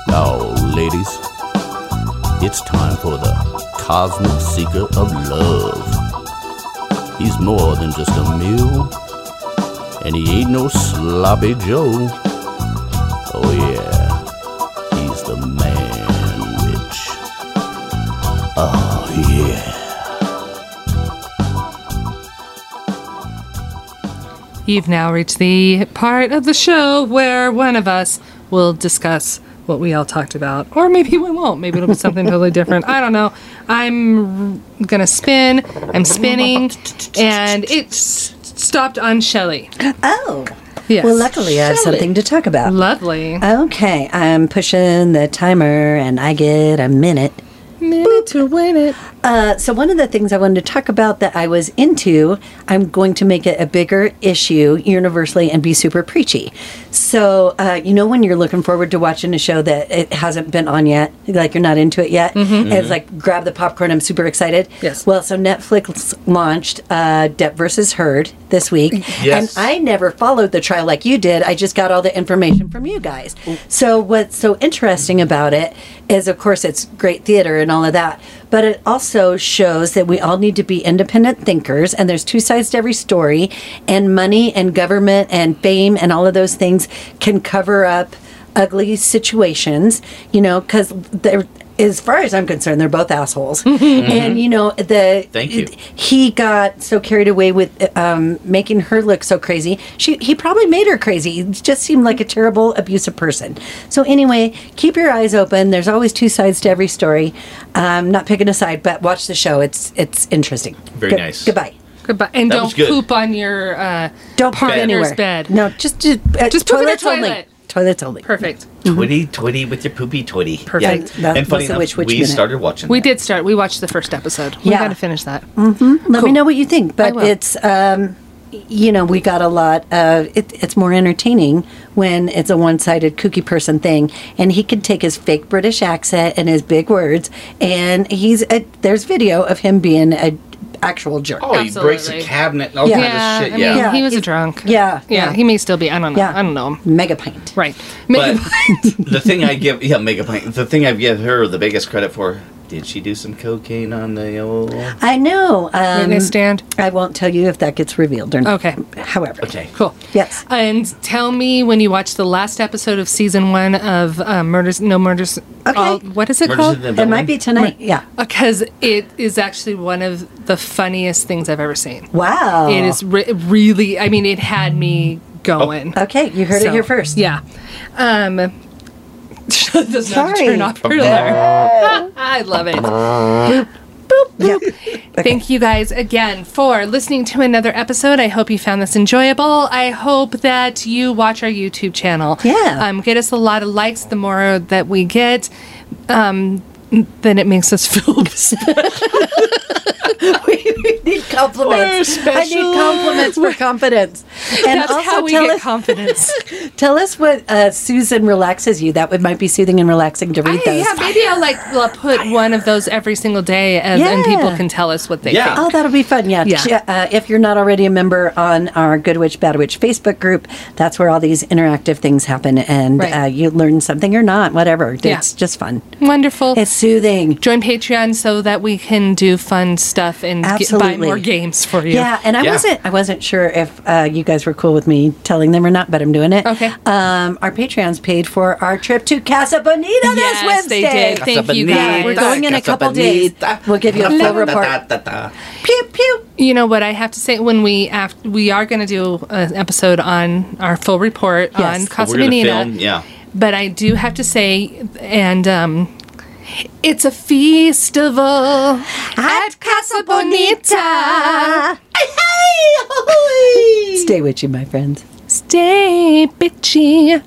Speaker 8: Now, ladies, it's time for the Cosmic Seeker of Love. He's more than just a mule, and he ain't no sloppy Joe. Oh, yeah, he's the man witch. Oh, yeah.
Speaker 4: You've now reached the part of the show where one of us will discuss what we all talked about. Or maybe we won't. Maybe it'll be something totally different. I don't know. I'm going to spin. I'm spinning. And it s- stopped on Shelley.
Speaker 3: Oh.
Speaker 4: Yes.
Speaker 3: Well, luckily I have something to talk about.
Speaker 4: Lovely.
Speaker 3: Okay, I'm pushing the timer and I get a minute.
Speaker 4: Minute to win it.
Speaker 3: Uh, so, one of the things I wanted to talk about that I was into, I'm going to make it a bigger issue universally and be super preachy. So, uh, you know, when you're looking forward to watching a show that it hasn't been on yet, like you're not into it yet, and it's like grab the popcorn, I'm super excited.
Speaker 4: Mm-hmm. Yes.
Speaker 3: Well, so Netflix launched uh, Depp versus Heard this week.
Speaker 5: Yes.
Speaker 3: And I never followed the trial like you did. I just got all the information from you guys. So what's so interesting about it is of course it's great theater and all of that, but it also shows that we all need to be independent thinkers and there's two sides to every story and money and government and fame and all of those things can cover up ugly situations, you know, cuz there as far as I'm concerned, they're both assholes. And you know, the
Speaker 5: Mm-hmm. Thank you.
Speaker 3: he got so carried away with um, making her look so crazy. She he probably made her crazy. He just seemed like a terrible abusive person. So anyway, keep your eyes open. There's always two sides to every story. Um, not picking a side, but watch the show. It's it's interesting.
Speaker 5: Very
Speaker 3: Good-
Speaker 5: nice.
Speaker 3: Goodbye.
Speaker 4: Goodbye. And
Speaker 5: That was
Speaker 4: don't
Speaker 5: good.
Speaker 4: poop on your. Uh,
Speaker 3: Don't poop
Speaker 4: Bed.
Speaker 3: anywhere.
Speaker 4: Bed.
Speaker 3: No, just just, uh,
Speaker 4: Just poop in
Speaker 3: toilets
Speaker 4: the
Speaker 3: only.
Speaker 4: toilet.
Speaker 3: Toilets only.
Speaker 4: perfect.
Speaker 5: Twitty twitty with your poopy twitty.
Speaker 4: Perfect.
Speaker 5: Yeah.
Speaker 3: That
Speaker 5: and funny
Speaker 3: was the
Speaker 5: enough,
Speaker 3: Witch Witch
Speaker 5: we
Speaker 3: Minute.
Speaker 5: started watching.
Speaker 4: We
Speaker 5: that.
Speaker 4: did start. We watched the first episode. We
Speaker 3: Yeah.
Speaker 4: got to finish that.
Speaker 3: Let
Speaker 4: Cool.
Speaker 3: me know what you think. But
Speaker 4: will.
Speaker 3: it's um, you know we got a lot of it, it's more entertaining when it's a one-sided kooky person thing, and he could take his fake British accent and his big words, and he's a, there's video of him being a actual jerk.
Speaker 5: Oh, he breaks a
Speaker 4: Absolutely.
Speaker 5: cabinet and all
Speaker 3: Yeah.
Speaker 4: Yeah,
Speaker 5: kind of
Speaker 4: I
Speaker 5: shit.
Speaker 4: mean,
Speaker 5: Yeah.
Speaker 3: Yeah.
Speaker 4: he was a drunk.
Speaker 3: Yeah,
Speaker 4: yeah, he may still be. I don't know.
Speaker 3: Yeah.
Speaker 4: I don't know him.
Speaker 3: mega pint.
Speaker 4: Right.
Speaker 5: But
Speaker 4: Maybe
Speaker 5: the thing I give, yeah, make a point. The thing I give her the biggest credit for, did she do some cocaine on the old?
Speaker 3: I know. Um,
Speaker 4: witness stand.
Speaker 3: I won't tell you if that gets revealed or not.
Speaker 4: Okay.
Speaker 3: However,
Speaker 5: Okay.
Speaker 4: Cool.
Speaker 3: Yes.
Speaker 4: And tell me when you watch the last episode of season one of uh, Murders, No Murders.
Speaker 3: Okay.
Speaker 4: what is it
Speaker 5: Murders in the
Speaker 4: called?
Speaker 3: It
Speaker 5: Building?
Speaker 3: might be tonight. Yeah.
Speaker 4: Because it is actually one of the funniest things I've ever seen.
Speaker 3: Wow.
Speaker 4: It is re- really. I mean, it had me going.
Speaker 5: Oh.
Speaker 3: Okay, you heard
Speaker 4: So,
Speaker 3: it here first.
Speaker 4: Yeah. Um, does not
Speaker 3: Sorry.
Speaker 5: Oh,
Speaker 4: turn off her alarm. I love it. Boop,
Speaker 3: Yep.
Speaker 4: Thank you guys again for listening to another episode. I hope you found this enjoyable. I hope that you watch our YouTube channel.
Speaker 3: Yeah.
Speaker 4: Um, get us a lot of likes. The more that we get, um, then it makes us feel
Speaker 3: we need compliments.
Speaker 4: We're
Speaker 3: I need compliments for confidence. And
Speaker 4: That's
Speaker 3: also
Speaker 4: how we
Speaker 3: tell
Speaker 4: get
Speaker 3: us
Speaker 4: confidence.
Speaker 3: tell us what uh, Susan relaxes you. That would might be soothing and relaxing to read
Speaker 4: I-
Speaker 3: those.
Speaker 4: yeah, maybe I'll like l- put one of those every single day, and, and
Speaker 3: Yeah.
Speaker 4: people can tell us what they
Speaker 5: Yeah.
Speaker 4: think.
Speaker 3: Oh, that'll be fun. Yeah.
Speaker 4: Yeah.
Speaker 3: Ch- Uh, if you're not already a member on our Good Witch, Bad Witch Facebook group, that's where all these interactive things happen and
Speaker 4: Right.
Speaker 3: uh, you learn something or not, whatever. It's
Speaker 4: Yeah.
Speaker 3: just fun.
Speaker 4: Wonderful.
Speaker 3: It's soothing.
Speaker 4: Join Patreon so that we can do fun stuff and get, buy
Speaker 3: Absolutely.
Speaker 4: more games for you.
Speaker 3: Yeah, and I
Speaker 5: Yeah.
Speaker 3: wasn't I wasn't sure if uh, you guys were cool with me telling them or not, but I'm doing it.
Speaker 4: Okay.
Speaker 3: Um, our Patreon's paid for our trip to Casa Bonita this
Speaker 4: Yes,
Speaker 3: Wednesday.
Speaker 4: they did. Thank you guys.
Speaker 3: We're going in a couple days. We'll give you a full report. Pew pew.
Speaker 4: You know what I have to say when we af- we are going to do an episode on our full report
Speaker 3: Yes.
Speaker 4: on
Speaker 5: We're gonna
Speaker 4: Casamenina.
Speaker 5: film. Yeah.
Speaker 4: But I do have to say, and um, it's a festival at Casa Bonita.
Speaker 3: Stay with you, my friends.
Speaker 4: Stay bitchy.